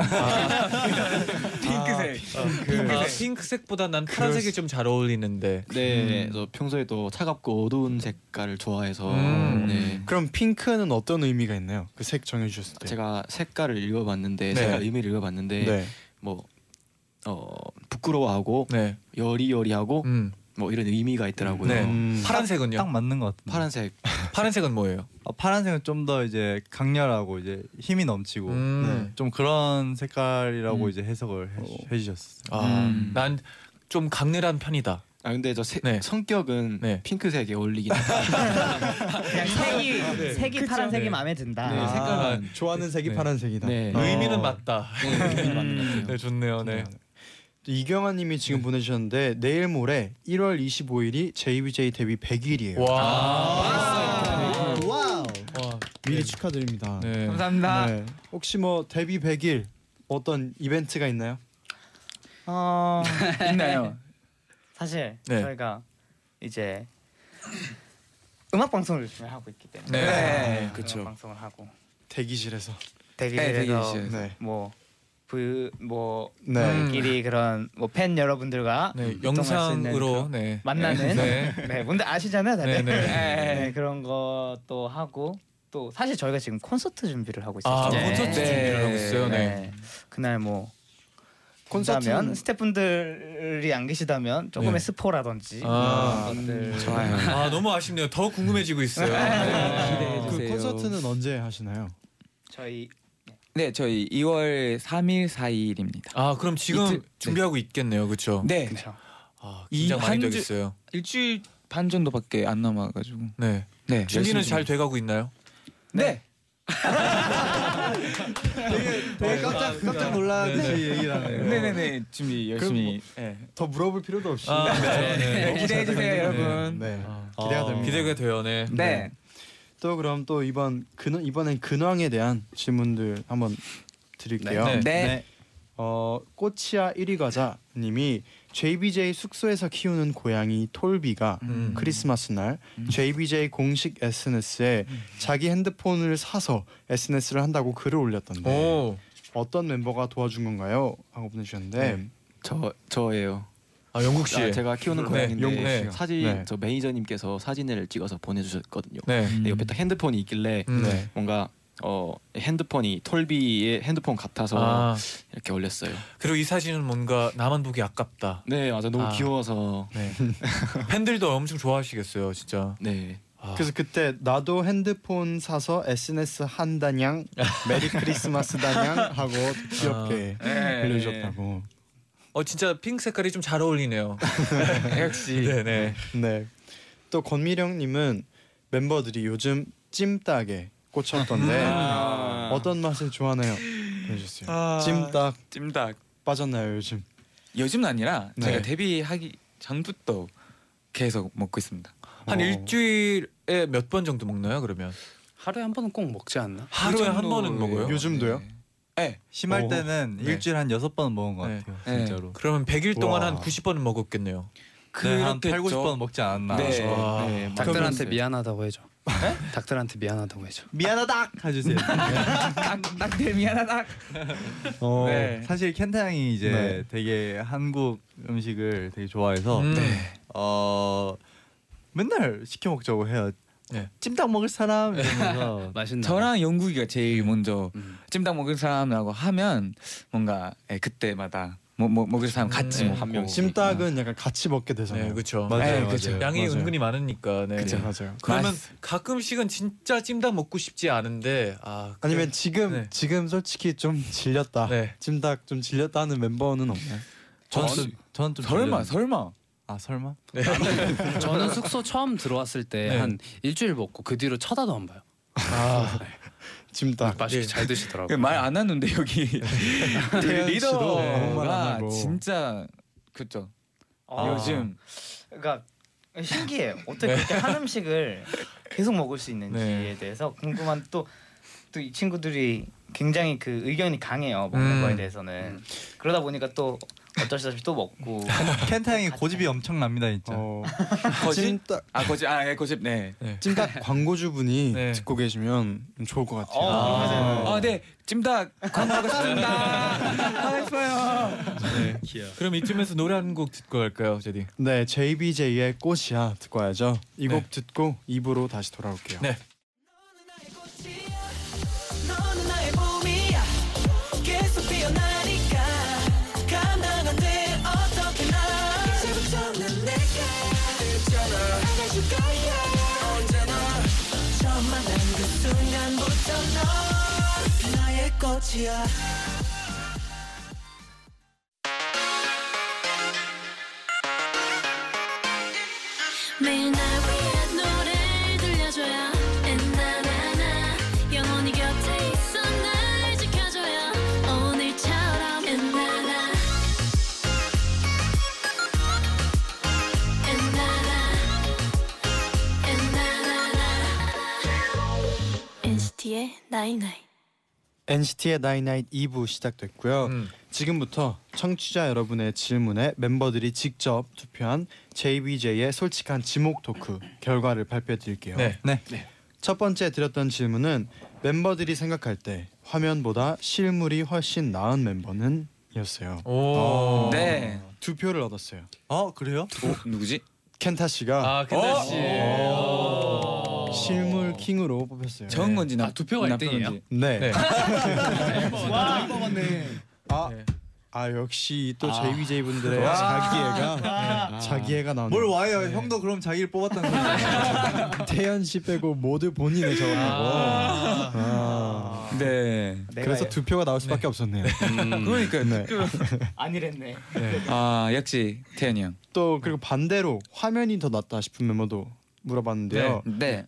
Speaker 6: 네. 핑크색.
Speaker 3: 아, 핑크색보다 난 파란색이 좀 잘 어울리는데.
Speaker 2: 음.
Speaker 9: 네, 그래서 평소에도 차갑고 어두운 색깔을 좋아해서
Speaker 3: 음.
Speaker 9: 네.
Speaker 2: 그럼 핑크는 어떤 의미가 있나요? 그 색 정해주셨을 때.
Speaker 9: 제가 색깔을 읽어봤는데
Speaker 3: 네.
Speaker 9: 제가 의미를 읽어봤는데
Speaker 2: 네.
Speaker 9: 뭐 어,
Speaker 1: 어?
Speaker 9: 부끄러워하고
Speaker 3: 네.
Speaker 9: 여리여리하고
Speaker 3: 음.
Speaker 9: 뭐 이런 의미가 있더라고요.
Speaker 3: 네.
Speaker 2: 음.
Speaker 3: 파란색은요?
Speaker 5: 딱 맞는 것 같은데.
Speaker 9: 파란색
Speaker 3: 파란색은 뭐예요?
Speaker 5: 어, 파란색은 좀 더 이제 강렬하고 이제 힘이 넘치고
Speaker 3: 음.
Speaker 5: 좀 그런 색깔이라고
Speaker 9: 음.
Speaker 5: 이제 해석을 해,
Speaker 9: 어.
Speaker 5: 해주셨어요.
Speaker 6: 음.
Speaker 3: 아, 난 좀 강렬한 편이다.
Speaker 9: 아 근데 저 세-
Speaker 3: 네.
Speaker 9: 성격은
Speaker 3: 네.
Speaker 9: 핑크색에 어울리긴 해요.
Speaker 1: 그냥 색이
Speaker 3: 아,
Speaker 1: 색이 파란색이
Speaker 3: 네.
Speaker 1: 마음에 든다.
Speaker 9: 네, 색깔만
Speaker 2: 좋아하는 색이
Speaker 3: 네.
Speaker 2: 파란색이다.
Speaker 9: 네.
Speaker 2: 어.
Speaker 3: 의미는 맞다.
Speaker 1: 음.
Speaker 3: 네, 좋네요. 네.
Speaker 2: 또 이경아님이 지금
Speaker 9: 네.
Speaker 2: 보내주셨는데 내일 모레 1월 25일이 JBJ 데뷔 100일이에요.
Speaker 3: 와.
Speaker 9: 아,
Speaker 2: 와우.
Speaker 3: 와.
Speaker 2: 미리 축하드립니다.
Speaker 3: 네.
Speaker 6: 감사합니다.
Speaker 9: 아.
Speaker 2: 네. 혹시 뭐 데뷔 100일 어떤 이벤트가 있나요?
Speaker 1: 어,
Speaker 6: 있나요?
Speaker 1: 사실
Speaker 3: 네.
Speaker 1: 저희가 이제 음악 방송을 요즘에 하고 있기 때문에
Speaker 3: 네.
Speaker 6: 네.
Speaker 2: 그쵸.
Speaker 1: 음악 방송을 하고
Speaker 2: 대기실에서.
Speaker 1: 대기실에서 뭐
Speaker 6: 대기실.
Speaker 2: 네.
Speaker 1: 뭐그뭐
Speaker 2: 네.
Speaker 1: 저희끼리 그런 뭐 팬 여러분들과
Speaker 3: 네,
Speaker 1: 소통할 수 있는
Speaker 3: 영상으로
Speaker 1: 그런
Speaker 3: 네.
Speaker 1: 만나는
Speaker 3: 네.
Speaker 1: 네. 뭔데 아시잖아요, 다들.
Speaker 3: 네, 네.
Speaker 1: 네, 그런 것도 하고 또 사실 저희가 지금 콘서트 준비를 하고 있어요.
Speaker 3: 아,
Speaker 6: 네.
Speaker 3: 콘서트 준비를 하고 있어요. 네.
Speaker 1: 그날 뭐
Speaker 2: 콘서트는-
Speaker 1: 콘서트면 스태프분들이 안 계시다면 조금의
Speaker 3: 네.
Speaker 1: 스포라든지
Speaker 3: 아.
Speaker 1: 그런 것들
Speaker 6: 좋아요. 네.
Speaker 3: 아, 너무 아쉽네요. 더 궁금해지고 있어요.
Speaker 9: 네,
Speaker 6: 기대해
Speaker 2: 그
Speaker 6: 주세요.
Speaker 2: 콘서트는 언제 하시나요?
Speaker 1: 저희
Speaker 6: 네, 저희 2월 3일, 4일입니다.
Speaker 3: 아, 그럼 지금
Speaker 6: 이틀- 네.
Speaker 3: 준비하고 있겠네요. 그렇죠?
Speaker 6: 네,
Speaker 3: 아, 긴장
Speaker 6: 이
Speaker 3: 많이
Speaker 6: 한 주-
Speaker 3: 되겠어요.
Speaker 6: 일주일 반 정도밖에 안 남아가지고.
Speaker 3: 네.
Speaker 6: 네,
Speaker 3: 준비는
Speaker 6: 열심히
Speaker 3: 잘 돼가고 있나요?
Speaker 6: 네.
Speaker 2: 되게 깜짝 깜짝 놀라지
Speaker 3: 네,
Speaker 2: 얘기를 하네요.
Speaker 6: 어, 그러니까. 네네네 준비 열심히 예.
Speaker 2: 뭐 더 물어볼 필요도 없이.
Speaker 3: 아, 네. 네.
Speaker 6: 네, 기대해 주세요 여러분. 네.
Speaker 2: 네.
Speaker 3: 아,
Speaker 2: 기대가 됩니다.
Speaker 3: 기대가 돼요. 네.
Speaker 2: 네. 또 그럼 또 이번 근황 이번엔 근황에 대한 질문들 한번 드릴게요.
Speaker 3: 네.
Speaker 6: 네.
Speaker 2: 어 꼬치야 1위 과자님이 JBJ 숙소에서 키우는 고양이 톨비가
Speaker 3: 음.
Speaker 2: 크리스마스 날 JBJ 공식 SNS에
Speaker 3: 음.
Speaker 2: 자기 핸드폰을 사서 SNS를 한다고 글을 올렸던데
Speaker 3: 음. 오.
Speaker 2: 어떤 멤버가 도와준 건가요? 하고 보내주셨는데
Speaker 3: 네.
Speaker 9: 저 저예요.
Speaker 3: 아, 영국 씨.
Speaker 9: 아, 제가 키우는
Speaker 3: 네,
Speaker 9: 고양인데
Speaker 3: 영국 씨요.
Speaker 9: 사진
Speaker 2: 네.
Speaker 9: 저 매니저님께서 사진을 찍어서 보내주셨거든요.
Speaker 3: 네.
Speaker 9: 근데 옆에 딱 핸드폰이 있길래
Speaker 3: 음.
Speaker 2: 네.
Speaker 9: 뭔가 어 핸드폰이 톨비의 핸드폰 같아서
Speaker 3: 아,
Speaker 9: 이렇게 올렸어요.
Speaker 3: 그리고 이 사진은 뭔가 나만 보기 아깝다.
Speaker 9: 네, 맞아 너무
Speaker 3: 아.
Speaker 9: 귀여워서
Speaker 3: 네. 팬들도 엄청 좋아하시겠어요, 진짜.
Speaker 9: 네.
Speaker 3: 아.
Speaker 2: 그래서 그때 나도 핸드폰 사서 SNS 한다냥 메리 크리스마스 다냥 하고 귀엽게
Speaker 3: 아.
Speaker 6: 네.
Speaker 2: 올려주셨다고
Speaker 3: 어 진짜 핑크 색깔이 좀 잘 어울리네요.
Speaker 6: 역시
Speaker 3: 네네.
Speaker 2: 네. 또 권미령님은 멤버들이 요즘 찜닭에 꽂혔던데 어떤 맛을 좋아하나요? 해주세요.
Speaker 6: 아.
Speaker 2: 찜닭
Speaker 6: 찜닭.
Speaker 2: 빠졌나요 요즘?
Speaker 6: 요즘은 아니라
Speaker 2: 네.
Speaker 6: 제가 데뷔하기 전부터 계속 먹고 있습니다.
Speaker 3: 한
Speaker 2: 어.
Speaker 3: 일주일에 몇 번 정도 먹나요? 그러면 그
Speaker 7: 하루에 한 번은 꼭 먹지 않나?
Speaker 3: 하루에 한 번은
Speaker 6: 정도예요.
Speaker 3: 그렇죠. 먹어요?
Speaker 2: 요즘도요?
Speaker 6: 네.
Speaker 5: 심할
Speaker 2: 오.
Speaker 5: 때는
Speaker 3: 네.
Speaker 5: 일주일에 한 여섯 번 먹은 것
Speaker 3: 네.
Speaker 5: 같아요.
Speaker 6: 네.
Speaker 2: 그,
Speaker 5: 진짜로.
Speaker 3: 그러면 100일 동안
Speaker 2: 와.
Speaker 3: 한 90번은 먹었겠네요.
Speaker 2: 그,
Speaker 5: 네, 한 8, 90번 먹지 않았나.
Speaker 6: 네.
Speaker 3: 와.
Speaker 6: 네.
Speaker 7: 닭들한테 미안하다고 해줘.
Speaker 3: 네?
Speaker 7: 네? 닭들한테 미안하다고 해줘.
Speaker 5: 미안하다 해주세요.
Speaker 6: 딱들 미안하다.
Speaker 2: 어,
Speaker 6: 네.
Speaker 5: 사실 켄타 형이 이제
Speaker 2: 네.
Speaker 5: 되게 한국 음식을 네. 되게 좋아해서
Speaker 3: 음.
Speaker 5: 어 맨날 시켜 먹자고 해요.
Speaker 3: 네.
Speaker 5: 찜닭 먹을 사람 이러면서
Speaker 7: 맛있나?
Speaker 6: 저랑 영국이가 제일 먼저
Speaker 7: 음.
Speaker 6: 찜닭 먹을 사람이라고 하면 뭔가 예, 그때마다 뭐, 뭐 먹을 사람 같이
Speaker 3: 음,
Speaker 6: 먹고
Speaker 9: 한 명씩.
Speaker 2: 찜닭은 약간 같이 먹게 되잖아요.
Speaker 3: 네, 그렇죠.
Speaker 5: 맞아요,
Speaker 6: 에이, 그쵸.
Speaker 5: 맞아요.
Speaker 3: 양이
Speaker 2: 맞아요.
Speaker 3: 은근히 많으니까. 네.
Speaker 2: 그쵸, 맞아요.
Speaker 3: 그러면
Speaker 6: 맛있-
Speaker 3: 가끔씩은 진짜 찜닭 먹고 싶지 않은데 아 그래.
Speaker 2: 아니면 지금
Speaker 3: 네.
Speaker 2: 지금 솔직히 좀 질렸다.
Speaker 3: 네.
Speaker 2: 찜닭 좀 질렸다 하는 멤버는 없나요?
Speaker 5: 저는 좀- 저는 좀
Speaker 6: 설마
Speaker 5: 별로였는데.
Speaker 6: 설마
Speaker 5: 아 설마
Speaker 7: 저는 숙소 처음 들어왔을 때
Speaker 3: 네.
Speaker 7: 한 일주일 먹고 그 뒤로 쳐다도 안 봐요.
Speaker 3: 아,
Speaker 2: 찜닭.
Speaker 7: 맛있게
Speaker 3: 네.
Speaker 7: 잘 드시더라고요.
Speaker 6: 말 안 하는데 여기
Speaker 2: 태연 씨도
Speaker 3: 네,
Speaker 2: 말안
Speaker 6: 리더가
Speaker 2: 하고.
Speaker 6: 진짜 그죠
Speaker 1: 아,
Speaker 6: 요즘
Speaker 1: 그러니까
Speaker 2: 네.
Speaker 1: 신기해요. 어떻게 그렇게 한 음식을 계속 먹을 수 있는지에
Speaker 3: 네.
Speaker 1: 대해서 궁금한 또 또 이 친구들이 굉장히 그 의견이 강해요 먹는
Speaker 3: 음.
Speaker 1: 거에 대해서는 그러다 보니까 또 어쩔 수 없이 또 먹고
Speaker 5: 켄타 형이 고집이 엄청납니다 진짜.
Speaker 2: 어,
Speaker 6: 거짓
Speaker 2: 찜닭
Speaker 6: 아 거짓 아예 거짓 네
Speaker 2: 찜닭 광고주분이
Speaker 3: 네.
Speaker 2: 듣고 계시면 좋을 것 같아요.
Speaker 1: 어, 맞아요.
Speaker 6: 아, 네. 찜닭 광고하고 싶습니다. 하고 싶어요.
Speaker 3: 네. 그럼 이쯤에서 노래 한 곡 듣고 갈까요, 제디?
Speaker 2: 네, JBJ의 꽃이야 듣고 와야죠. 이 곡 듣고 입으로 다시 돌아올게요.
Speaker 3: 네.
Speaker 4: 너는 나의 꽃이야 너는 나의 봄이야 계속 피어나니까 감당 안돼 어떻게 나 이제부터는 내게 있잖아 안아줄 거야 언제나 처음 만난 그 순간부터 넌 나의 꽃이야
Speaker 10: 매일 날 위한 노래를 들려줘요 엔나나나 영원히 곁에 있어 날 지켜줘요 오늘처럼 엔나나 엔나나 엔나나나 NCT의 나이나이
Speaker 2: NCT의 나이나잇 2부 시작됐고요.
Speaker 3: 음.
Speaker 2: 지금부터 청취자 여러분의 질문에 멤버들이 직접 투표한 JBJ의 솔직한 지목 토크 결과를 발표해 드릴게요.
Speaker 3: 네.
Speaker 5: 네.
Speaker 2: 첫 번째 드렸던 질문은 멤버들이 생각할 때 화면보다 실물이 훨씬 나은 멤버는 이었어요.
Speaker 3: 오.
Speaker 6: 네.
Speaker 3: 어.
Speaker 2: 두 표를 얻었어요.
Speaker 5: 어 그래요?
Speaker 6: 누구지?
Speaker 2: 켄타 씨가 어.
Speaker 3: 아, 켄타 씨. 오.
Speaker 2: 실물 킹으로 뽑혔어요.
Speaker 6: 정은 건지 나
Speaker 7: 아, 두 표가
Speaker 6: 남편인지.
Speaker 7: 1등이에요?
Speaker 2: 네.
Speaker 3: 네.
Speaker 2: 아,
Speaker 3: 네.
Speaker 2: 아 역시 또 JBJ 분들의 자기애가 자기애가 나오네요.
Speaker 5: 뭘 와요? 형도 그럼 자기를 뽑았다는 거예요.
Speaker 2: 태연 씨 빼고 모두 본인을 적어놓고 아.
Speaker 6: 네.
Speaker 1: 내가 예.
Speaker 2: 그래서 두 표가 나올 수밖에 없었네요.
Speaker 6: 그러니까
Speaker 2: 네.
Speaker 1: 아니랬네.
Speaker 6: 아, 역시 태현이 형.
Speaker 2: 또 그리고 반대로 화면이 더 낫다 싶은 멤버도 물어봤는데요.
Speaker 6: 네.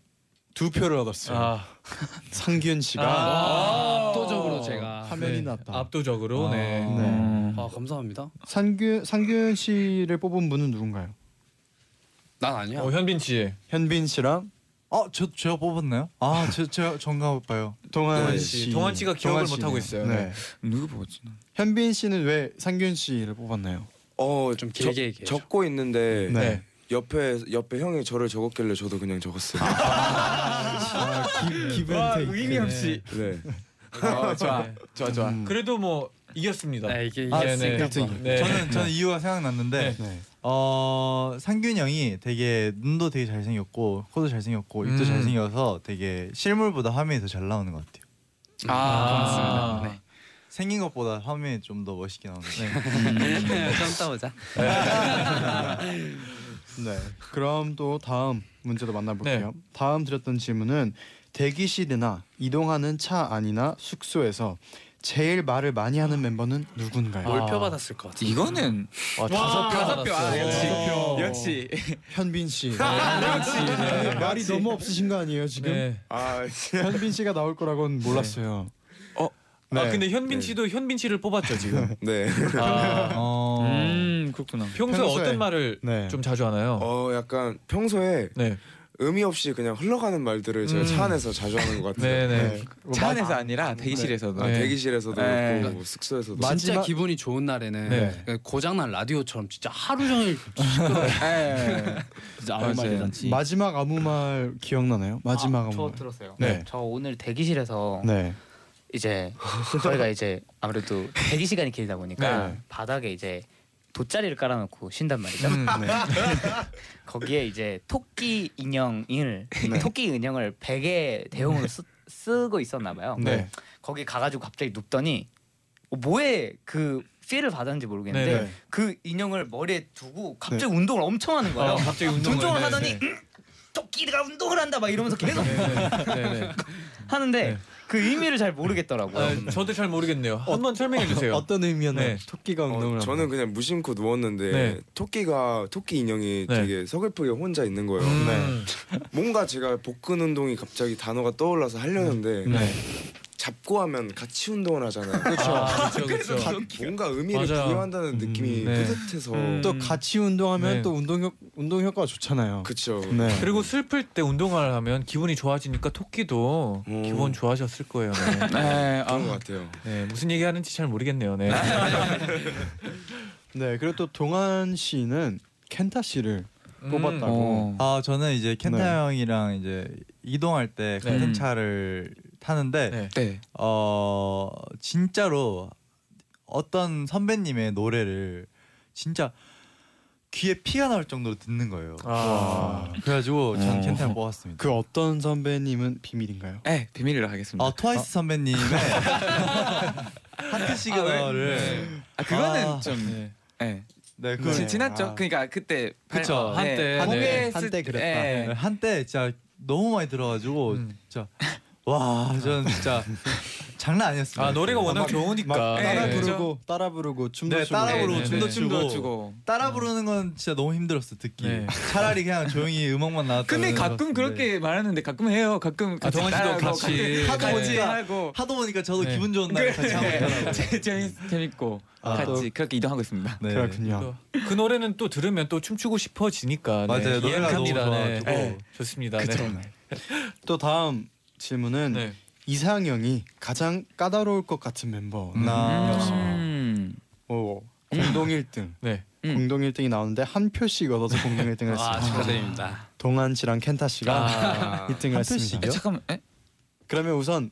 Speaker 2: 두 표를 얻었어요.
Speaker 3: 아,
Speaker 2: 상균 씨가
Speaker 3: 아.
Speaker 7: 압도적으로 제가.
Speaker 2: 화면이
Speaker 3: 네.
Speaker 2: 낫다.
Speaker 3: 압도적으로.
Speaker 2: 아.
Speaker 3: 네.
Speaker 2: 네.
Speaker 6: 음.
Speaker 7: 아 감사합니다.
Speaker 2: 상균 상균 씨를 뽑은 분은 누군가요?
Speaker 7: 난 아니야.
Speaker 3: 어, 현빈 씨.
Speaker 2: 현빈 씨랑
Speaker 5: 어저 제가 뽑았나요? 아저저 정가 오빠요.
Speaker 2: 동환
Speaker 3: 동환
Speaker 2: 씨.
Speaker 3: 씨. 동환 씨가 기억을
Speaker 2: 동환
Speaker 3: 못하고
Speaker 2: 씨네요.
Speaker 3: 있어요.
Speaker 2: 네.
Speaker 6: 누구 보지?
Speaker 2: 현빈 씨는 왜 상균 씨를 뽑았나요?
Speaker 8: 어좀
Speaker 7: 길게 얘기해줘.
Speaker 8: 적고 있는데
Speaker 2: 네.
Speaker 8: 옆에 옆에 형이 저를 적었길래 저도 그냥 적었어요.
Speaker 2: 기, 기분
Speaker 3: 아,
Speaker 6: 와,
Speaker 2: 테이크.
Speaker 6: 의미 없이.
Speaker 8: 네.
Speaker 6: 어, 좋아.
Speaker 3: 네.
Speaker 6: 좋아, 좋아.
Speaker 2: 음.
Speaker 3: 그래도 뭐 이겼습니다.
Speaker 7: 아, 이게
Speaker 3: 아,
Speaker 7: 이게
Speaker 3: 네.
Speaker 2: 일등이요.
Speaker 3: 네.
Speaker 5: 저는 저는 이유가 생각났는데
Speaker 2: 네.
Speaker 5: 어 상균 형이 되게 눈도 되게 잘생겼고 코도 잘생겼고 입도
Speaker 3: 음.
Speaker 5: 잘생겨서 되게 실물보다 화면이 더 잘 나오는 것 같아요.
Speaker 7: 아,
Speaker 3: 아.
Speaker 7: 고맙습니다.
Speaker 5: 생긴 것보다 화면이 좀 더 멋있게 나오는. 것 같아요.
Speaker 7: 네. 좀 따보자.
Speaker 2: 네. 그럼 또 다음 문제도 만나볼게요. 다음 드렸던 질문은 대기실이나 이동하는 차 안이나 숙소에서 제일 말을 많이 하는 멤버는 누군가요?
Speaker 7: 뭘 표 받았을 것
Speaker 6: 네.
Speaker 7: 같아.
Speaker 6: 이거는
Speaker 2: 와, 다섯 표.
Speaker 6: 다섯 표. 아, 역시.
Speaker 8: 네.
Speaker 6: 역시.
Speaker 2: 현빈 씨. 네, 말이 너무 없으신 거 아니에요 지금?
Speaker 3: 네.
Speaker 8: 아
Speaker 2: 현빈 씨가 나올 거라고는 몰랐어요.
Speaker 3: 아
Speaker 2: 네.
Speaker 3: 근데 현빈 씨도 현빈 씨를 뽑았죠 지금.
Speaker 8: 네.
Speaker 3: 아,
Speaker 5: 어.
Speaker 6: 음, 그렇구나.
Speaker 3: 평소에,
Speaker 2: 평소에.
Speaker 3: 어떤 말을
Speaker 2: 네.
Speaker 3: 좀 자주 하나요?
Speaker 8: 어 약간 평소에
Speaker 3: 네.
Speaker 8: 의미 없이 그냥 흘러가는 말들을 제가
Speaker 3: 음.
Speaker 8: 차 안에서 자주 하는 것 같아요.
Speaker 3: 네네.
Speaker 6: 뭐 차 안에서 아니라 대기실에서도
Speaker 8: 아,
Speaker 3: 네.
Speaker 8: 대기실에서도
Speaker 6: 네.
Speaker 8: 그렇고 숙소에서도
Speaker 7: 진짜 기분이 좋은 날에는
Speaker 3: 네.
Speaker 7: 그냥 고장난 라디오처럼 진짜 하루 종일
Speaker 6: 네.
Speaker 7: 시끄러워요. 진짜 아무
Speaker 6: 맞아요.
Speaker 7: 말도 안지
Speaker 2: 마지막 아무 말 기억나나요? 마지막
Speaker 1: 아,
Speaker 2: 아무
Speaker 1: 저
Speaker 2: 말.
Speaker 1: 들었어요.
Speaker 2: 네.
Speaker 1: 저 오늘 대기실에서
Speaker 2: 네.
Speaker 1: 이제 저희가 이제 아무래도 대기 시간이 길다 보니까
Speaker 2: 네.
Speaker 1: 바닥에 이제 돗자리를 깔아놓고 쉰단 말이죠.
Speaker 3: 음.
Speaker 8: 네.
Speaker 1: 거기에 이제 토끼 인형을
Speaker 3: 네.
Speaker 1: 토끼 인형을 베개 대용으로 쓰, 쓰고 있었나 봐요.
Speaker 2: 네.
Speaker 1: 거기 가가지고 갑자기 눕더니 어, 뭐에 그 피해를 받았는지 모르겠는데
Speaker 3: 네네. 네.
Speaker 1: 그 인형을 머리에 두고 갑자기 운동을 엄청 하는 거예요.
Speaker 3: 어, 갑자기 운동을,
Speaker 1: 운동을
Speaker 3: 네, 네.
Speaker 1: 하더니 음, 토끼가 운동을 한다 막 이러면서 계속
Speaker 3: 네네.
Speaker 1: 하는데
Speaker 3: 네.
Speaker 1: 그 의미를 잘 모르겠더라고요.
Speaker 3: 아, 저도 잘 모르겠네요. 한번 설명해 주세요.
Speaker 2: 어떤 의미였나요?
Speaker 3: 네.
Speaker 2: 토끼가 운동을
Speaker 8: 어, 저는 그냥 무심코 누웠는데
Speaker 3: 네.
Speaker 8: 토끼가 토끼 인형이
Speaker 3: 네.
Speaker 8: 되게 서글프게 혼자 있는 거예요.
Speaker 3: 음.
Speaker 8: 뭔가 제가 복근 운동이 갑자기 단어가 떠올라서 하려는데
Speaker 3: 네.
Speaker 8: 잡고 하면 같이 운동을 하잖아요. 그렇죠.
Speaker 3: 아, 그렇죠, 그렇죠.
Speaker 8: 뭔가 의미를
Speaker 3: 맞아요.
Speaker 8: 부여한다는 느낌이
Speaker 3: 네.
Speaker 8: 뿌듯해서
Speaker 3: 음.
Speaker 2: 또 같이 운동하면
Speaker 3: 네.
Speaker 2: 또 운동 효 운동 효과가 좋잖아요.
Speaker 8: 그쵸.
Speaker 2: 네.
Speaker 3: 그리고 슬플 때 운동을 하면 기분이 좋아지니까 토끼도
Speaker 8: 음.
Speaker 3: 기분 좋아졌을 거예요. 네.
Speaker 6: 네, 아,
Speaker 8: 그런 것 같아요.
Speaker 3: 네, 무슨 얘기 하는지 잘 모르겠네요. 네.
Speaker 2: 네. 그리고 또 동한 씨는 켄타 씨를
Speaker 3: 음.
Speaker 2: 뽑았다고.
Speaker 6: 어.
Speaker 5: 아 저는 이제 켄타
Speaker 2: 네.
Speaker 5: 형이랑 이제 이동할 때
Speaker 3: 네.
Speaker 5: 같은
Speaker 6: 음.
Speaker 5: 차를 타는데
Speaker 3: 네.
Speaker 6: 네.
Speaker 5: 어 진짜로 어떤 선배님의 노래를 진짜 귀에 피가 나올 정도로 듣는 거예요.
Speaker 3: 아.
Speaker 5: 그래가지고 전
Speaker 7: 어.
Speaker 5: 켄타 형 뽑았습니다.
Speaker 2: 그 어떤 선배님은 비밀인가요?
Speaker 6: 네, 비밀로 하겠습니다.
Speaker 5: 아 트와이스 선배님의 하트 시그널을
Speaker 6: 아, 그거는
Speaker 5: 아,
Speaker 6: 좀
Speaker 3: 네.
Speaker 6: 네.
Speaker 5: 네,
Speaker 6: 지-
Speaker 5: 그
Speaker 2: 네.
Speaker 6: 지났죠.
Speaker 2: 아.
Speaker 6: 그러니까 그때
Speaker 5: 그쵸,
Speaker 6: 발-
Speaker 3: 한때, 네.
Speaker 6: 공개했을-
Speaker 2: 한때 그랬다.
Speaker 6: 네.
Speaker 5: 네, 한때 진짜 너무 많이 들어가지고
Speaker 3: 음.
Speaker 5: 진짜 와 저는 진짜 장난 아니었어요.
Speaker 3: 아 노래가 워낙 좋으니까.
Speaker 2: 막 따라
Speaker 3: 네.
Speaker 2: 부르고 따라 부르고 춤도
Speaker 5: 네,
Speaker 2: 추고.
Speaker 5: 따라 부르고
Speaker 3: 네,
Speaker 5: 춤도
Speaker 3: 네.
Speaker 6: 춤도
Speaker 5: 추고
Speaker 6: 추고.
Speaker 5: 따라 부르는 건 진짜 너무 힘들었어 듣기.
Speaker 3: 네.
Speaker 5: 차라리 그냥 조용히 음악만 네. 나왔다.
Speaker 6: 근데 가끔 그렇게 말하는데 가끔 해요. 가끔
Speaker 3: 아, 동환 씨도
Speaker 6: 따라하고
Speaker 3: 같이.
Speaker 6: 같이
Speaker 5: 하다
Speaker 6: 같이
Speaker 5: 보니까
Speaker 6: 하고
Speaker 5: 하다 보니까 저도
Speaker 3: 네.
Speaker 5: 기분 좋은 날 같이 하고 있더라고요.
Speaker 6: 재- 재밌 재밌고
Speaker 2: 아,
Speaker 6: 같이 그렇게 이동하고 있습니다.
Speaker 5: 네.
Speaker 2: 그렇군요.
Speaker 3: 그 노래는 또 들으면 또 춤추고 싶어지니까.
Speaker 5: 맞아요. 노래가
Speaker 3: 이해합니다.
Speaker 5: 너무
Speaker 3: 네.
Speaker 5: 좋아가지고.
Speaker 3: 네. 좋습니다. 네.
Speaker 2: 또 다음 질문은
Speaker 3: 네.
Speaker 2: 이상형이 가장 까다로울 것 같은 멤버.
Speaker 5: 음.
Speaker 6: 아,
Speaker 5: 아, 나
Speaker 6: 음.
Speaker 2: 오, 공동 1등.
Speaker 3: 네.
Speaker 6: 음.
Speaker 2: 공동 1등이 나오는데 한 표씩 얻어서 공동 1등을
Speaker 7: 아
Speaker 2: 했습니다.
Speaker 7: 축하드립니다.
Speaker 2: 동한 씨랑 켄타 씨가
Speaker 8: 아.
Speaker 2: 1등을
Speaker 5: 한
Speaker 2: 했습니다.
Speaker 6: 에, 잠깐만. 에?
Speaker 2: 그러면 우선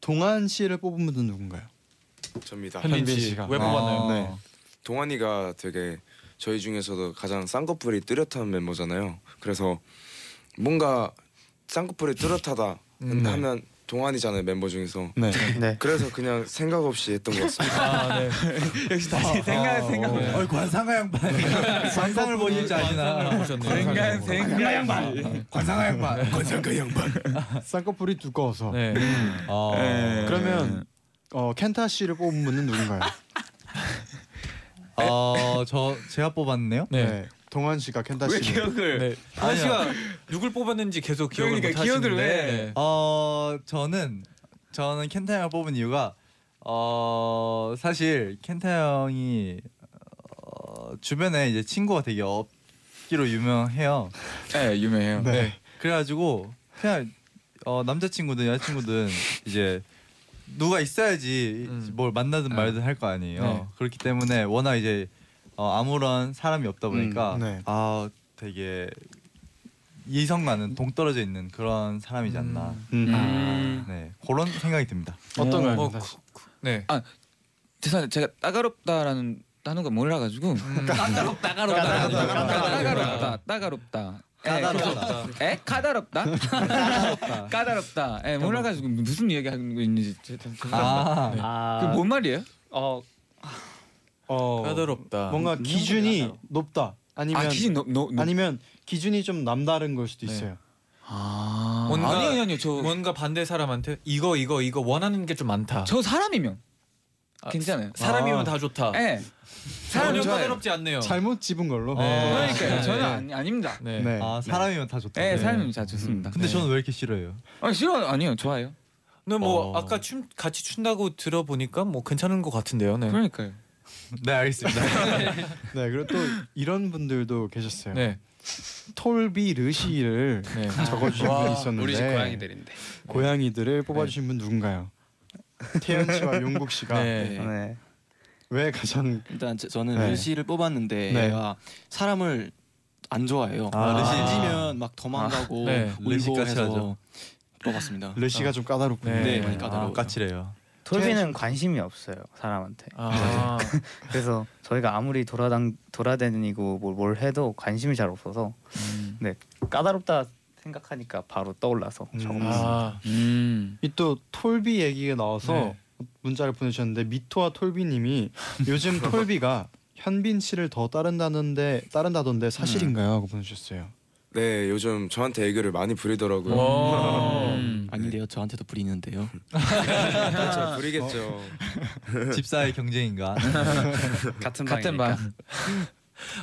Speaker 2: 동한 씨를 뽑은 분은 누군가요?
Speaker 8: 접니다.
Speaker 3: 현빈
Speaker 2: 현빈
Speaker 3: 씨.
Speaker 2: 씨가.
Speaker 3: 왜 뽑았나요?
Speaker 5: 아,
Speaker 6: 어.
Speaker 2: 네.
Speaker 8: 동환이가 되게 저희 중에서도 가장 쌍꺼풀이 뚜렷한 멤버잖아요. 그래서 뭔가 쌍꺼풀이 뚜렷하다
Speaker 3: 음, 네.
Speaker 8: 하면 동환이잖아요 멤버 중에서.
Speaker 2: 네.
Speaker 1: 네.
Speaker 8: 그래서 그냥 생각 없이 했던 것 같습니다.
Speaker 3: 아, 네.
Speaker 6: 역시 다시 생각 생각
Speaker 3: 네.
Speaker 5: 어이 관상가 양반. 관상을 보실 줄 아시나.
Speaker 3: 보셨네요.
Speaker 6: 생각 생각 양반.
Speaker 5: 관상가 양반. 관상가 양반.
Speaker 2: 쌍꺼풀이 두꺼워서.
Speaker 3: 네.
Speaker 5: 어.
Speaker 6: 네.
Speaker 2: 그러면 어, 켄타 씨를 뽑은 분은 누군가요?
Speaker 5: 어저 제가 뽑았네요.
Speaker 3: 네.
Speaker 2: 동한 씨가 켄타
Speaker 6: 왜
Speaker 2: 씨를
Speaker 6: 기억을?
Speaker 3: 네. 아 씨가 누굴 뽑았는지 계속 기억을
Speaker 6: 그러니까
Speaker 3: 못 하시는데.
Speaker 6: 기억을 왜-
Speaker 5: 어 저는 저는 켄타 형을 뽑은 이유가 어 사실 켄타 형이 어, 주변에 이제 친구가 되게 없기로 유명해요.
Speaker 6: 네, 유명해요.
Speaker 2: 네.
Speaker 5: 그래가지고 그냥 어, 남자친구든 여자친구든 이제 누가 있어야지
Speaker 3: 음.
Speaker 5: 뭘 만나든 말든 할 거 아니에요.
Speaker 3: 네.
Speaker 5: 그렇기 때문에 워낙 이제 어, 아무런 사람이 없다 보니까
Speaker 2: 음, 네.
Speaker 5: 아 되게 이성과는 동떨어져 있는 그런 사람이지 않나.
Speaker 2: 음.
Speaker 6: 음.
Speaker 5: 네 그런 생각이 듭니다.
Speaker 2: 어떤가요?
Speaker 3: 어,
Speaker 2: 켄타 씨?
Speaker 3: 그- 그- 네.
Speaker 6: 죄송한데 제가 따가롭다라는 단어가 몰라가지고
Speaker 3: 음.
Speaker 6: 따가롭다 따가롭다 따가롭다 따가롭다
Speaker 5: 까다롭다.
Speaker 6: 에? 에? 까다롭다? 까다롭다. 에 몰라가지고 무슨 이야기 하고 있는지 제- 제- 죄송합니다.
Speaker 5: 아
Speaker 3: 네.
Speaker 1: 아,
Speaker 3: 뭐-
Speaker 6: 그게 뭔 말이에요?
Speaker 1: 어,
Speaker 2: 어,
Speaker 3: 까다롭다.
Speaker 2: 뭔가 기준이 높다. 아니면
Speaker 6: 아 기준 너너
Speaker 2: 아니면 기준이 좀 남다른 걸 수도
Speaker 3: 네.
Speaker 2: 있어요.
Speaker 6: 아
Speaker 3: 뭔가-
Speaker 6: 아니요 아니요 저 저
Speaker 3: 뭔가 반대 사람한테 이거 이거 이거 원하는 게 좀 많다.
Speaker 6: 사람이면
Speaker 3: 아,
Speaker 6: 괜찮아요.
Speaker 3: 사람이면
Speaker 2: 아.
Speaker 3: 다 좋다.
Speaker 6: 에
Speaker 3: 전혀
Speaker 6: 사람이면 좋아요.
Speaker 3: 까다롭지 않네요.
Speaker 2: 잘못 집은 걸로.
Speaker 3: 네.
Speaker 6: 어. 그러니까요
Speaker 3: 네.
Speaker 6: 저는 아니, 아닙니다.
Speaker 3: 네.
Speaker 2: 네.
Speaker 5: 아, 사람이면 다 좋다.
Speaker 6: 에 사람이면 다 좋습니다. 네.
Speaker 5: 근데 저는 왜 이렇게 싫어요?
Speaker 6: 아 싫어 아니요 좋아요.
Speaker 3: 근데 뭐
Speaker 5: 어.
Speaker 3: 아까 춤 같이 춘다고 들어보니까 뭐 괜찮은 것 같은데요.
Speaker 6: 그러니까.
Speaker 3: 네.
Speaker 6: 그러니까요.
Speaker 5: 네 알겠습니다.
Speaker 2: 네, 그리고 또 이런 분들도 계셨어요.
Speaker 3: 네.
Speaker 2: 톨비 르시를
Speaker 3: 네.
Speaker 2: 적어주신
Speaker 7: 와,
Speaker 2: 분이 음. 있었는데
Speaker 7: 우리 집 고양이들인데.
Speaker 2: 고양이들을 뽑아주신 분 누군가요? 네. 태연 씨와 용국 씨가
Speaker 3: 네.
Speaker 1: 네.
Speaker 2: 왜 가장
Speaker 9: 일단 제- 저는
Speaker 2: 네.
Speaker 9: 르시를 뽑았는데
Speaker 2: 네.
Speaker 9: 얘가 사람을 안 좋아해요.
Speaker 5: 아, 르시.
Speaker 9: 르시면 막 도망가고
Speaker 3: 아, 네.
Speaker 9: 울고
Speaker 5: 르시까지
Speaker 9: 해서
Speaker 5: 하죠.
Speaker 9: 뽑았습니다.
Speaker 2: 르시가 좀 까다롭군요.
Speaker 3: 네.
Speaker 9: 네, 많이
Speaker 5: 아,
Speaker 9: 까다로워요.
Speaker 5: 까칠해요.
Speaker 1: 돌비는 관심이 없어요 사람한테.
Speaker 3: 아,
Speaker 6: 네.
Speaker 1: 그래서 저희가 아무리 돌아당 돌아다니고 뭘, 뭘 해도 관심이 잘 없어서
Speaker 3: 음.
Speaker 1: 네 까다롭다 생각하니까 바로 떠올라서 적었어요.
Speaker 3: 아,
Speaker 6: 음.
Speaker 2: 이 또 톨비 얘기가 나와서
Speaker 3: 네.
Speaker 2: 문자를 보내주셨는데 미토와 톨비님이 요즘 톨비가 현빈 씨를 더 따른다는데 따른다던데 사실인가요? 하고 보내주셨어요.
Speaker 8: 네, 요즘 저한테 애교를 많이 부리더라고요.
Speaker 3: 와.
Speaker 6: 음.
Speaker 9: 아닌데요, 저한테도 부리는데요.
Speaker 8: 잘 부리겠죠.
Speaker 2: 네.
Speaker 5: 집사의 경쟁인가?
Speaker 7: 같은
Speaker 6: 같은
Speaker 7: 방이니까.
Speaker 6: 방.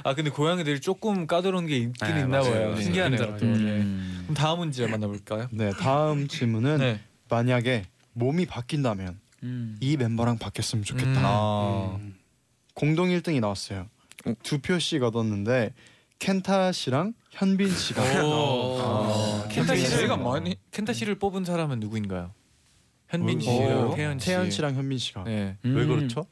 Speaker 3: 아 근데 고양이들이 조금 까다로운 게 있긴
Speaker 7: 네,
Speaker 3: 있나
Speaker 7: 맞아요.
Speaker 3: 봐요.
Speaker 7: 네.
Speaker 3: 신기하네요. 또.
Speaker 7: 힘들어도.
Speaker 3: 네. 그럼 다음 문제 만나볼까요?
Speaker 2: 네 다음 질문은
Speaker 3: 네.
Speaker 2: 만약에 몸이 바뀐다면
Speaker 6: 음.
Speaker 2: 이 멤버랑 바뀌었으면 좋겠다.
Speaker 3: 음.
Speaker 5: 아,
Speaker 2: 공동 1등이 나왔어요. 두 표씩 얻었는데 켄타 씨랑 현빈 씨가
Speaker 8: 아.
Speaker 3: 오. 아, 켄타
Speaker 2: 현빈
Speaker 3: 씨가
Speaker 2: 씨가
Speaker 3: 많이 켄타 씨를 뽑은 사람은 누구인가요? 현빈
Speaker 2: 오.
Speaker 3: 씨랑 어, 태연 씨.
Speaker 2: 어, 태연 씨랑 현빈 씨가
Speaker 3: 네.
Speaker 5: 왜
Speaker 6: 음.
Speaker 5: 그렇죠?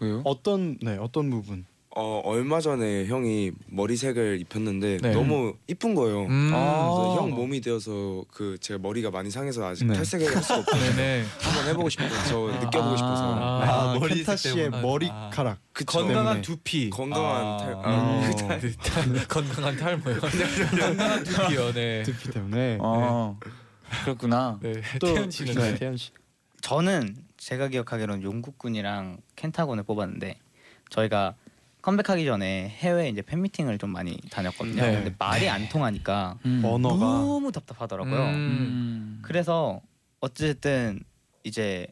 Speaker 6: 왜요?
Speaker 2: 어떤 네 어떤 부분?
Speaker 8: 어, 얼마 전에 형이 머리색을 입혔는데
Speaker 3: 네.
Speaker 8: 너무 이쁜 거예요. 아.
Speaker 3: 음.
Speaker 8: 그래서 형 몸이 되어서 그 제가 머리가 많이 상해서 아직
Speaker 2: 네.
Speaker 8: 탈색을 할 수가 없어서
Speaker 3: 네네.
Speaker 8: 한번 해보고 싶어요. 저
Speaker 3: 아.
Speaker 8: 느껴보고 싶어서
Speaker 3: 아.
Speaker 2: 아,
Speaker 5: 머리
Speaker 2: 켄타
Speaker 5: 색
Speaker 2: 씨의
Speaker 5: 때문에.
Speaker 2: 머리카락
Speaker 8: 그쵸.
Speaker 3: 건강한
Speaker 2: 때문에.
Speaker 3: 두피.
Speaker 8: 네. 건강한
Speaker 5: 아.
Speaker 8: 탈.
Speaker 2: 음.
Speaker 8: 아.
Speaker 2: 어.
Speaker 3: 건강한 탈모요. 뭐 건강한 두피요. 네.
Speaker 2: 두피 때문에
Speaker 6: 어. 그렇구나.
Speaker 3: 네.
Speaker 2: 또
Speaker 3: 태연 씨는
Speaker 2: 네,
Speaker 3: 네.
Speaker 2: 태연 씨.
Speaker 1: 저는 제가 기억하기로는 용국군이랑 켄타곤을 뽑았는데 저희가 컴백하기 전에 해외 이제 팬미팅을 좀 많이 다녔거든요.
Speaker 3: 네.
Speaker 1: 근데 말이 안 통하니까
Speaker 6: 음.
Speaker 2: 언어가
Speaker 1: 너무 답답하더라고요.
Speaker 3: 음.
Speaker 6: 음.
Speaker 1: 그래서 어쨌든 이제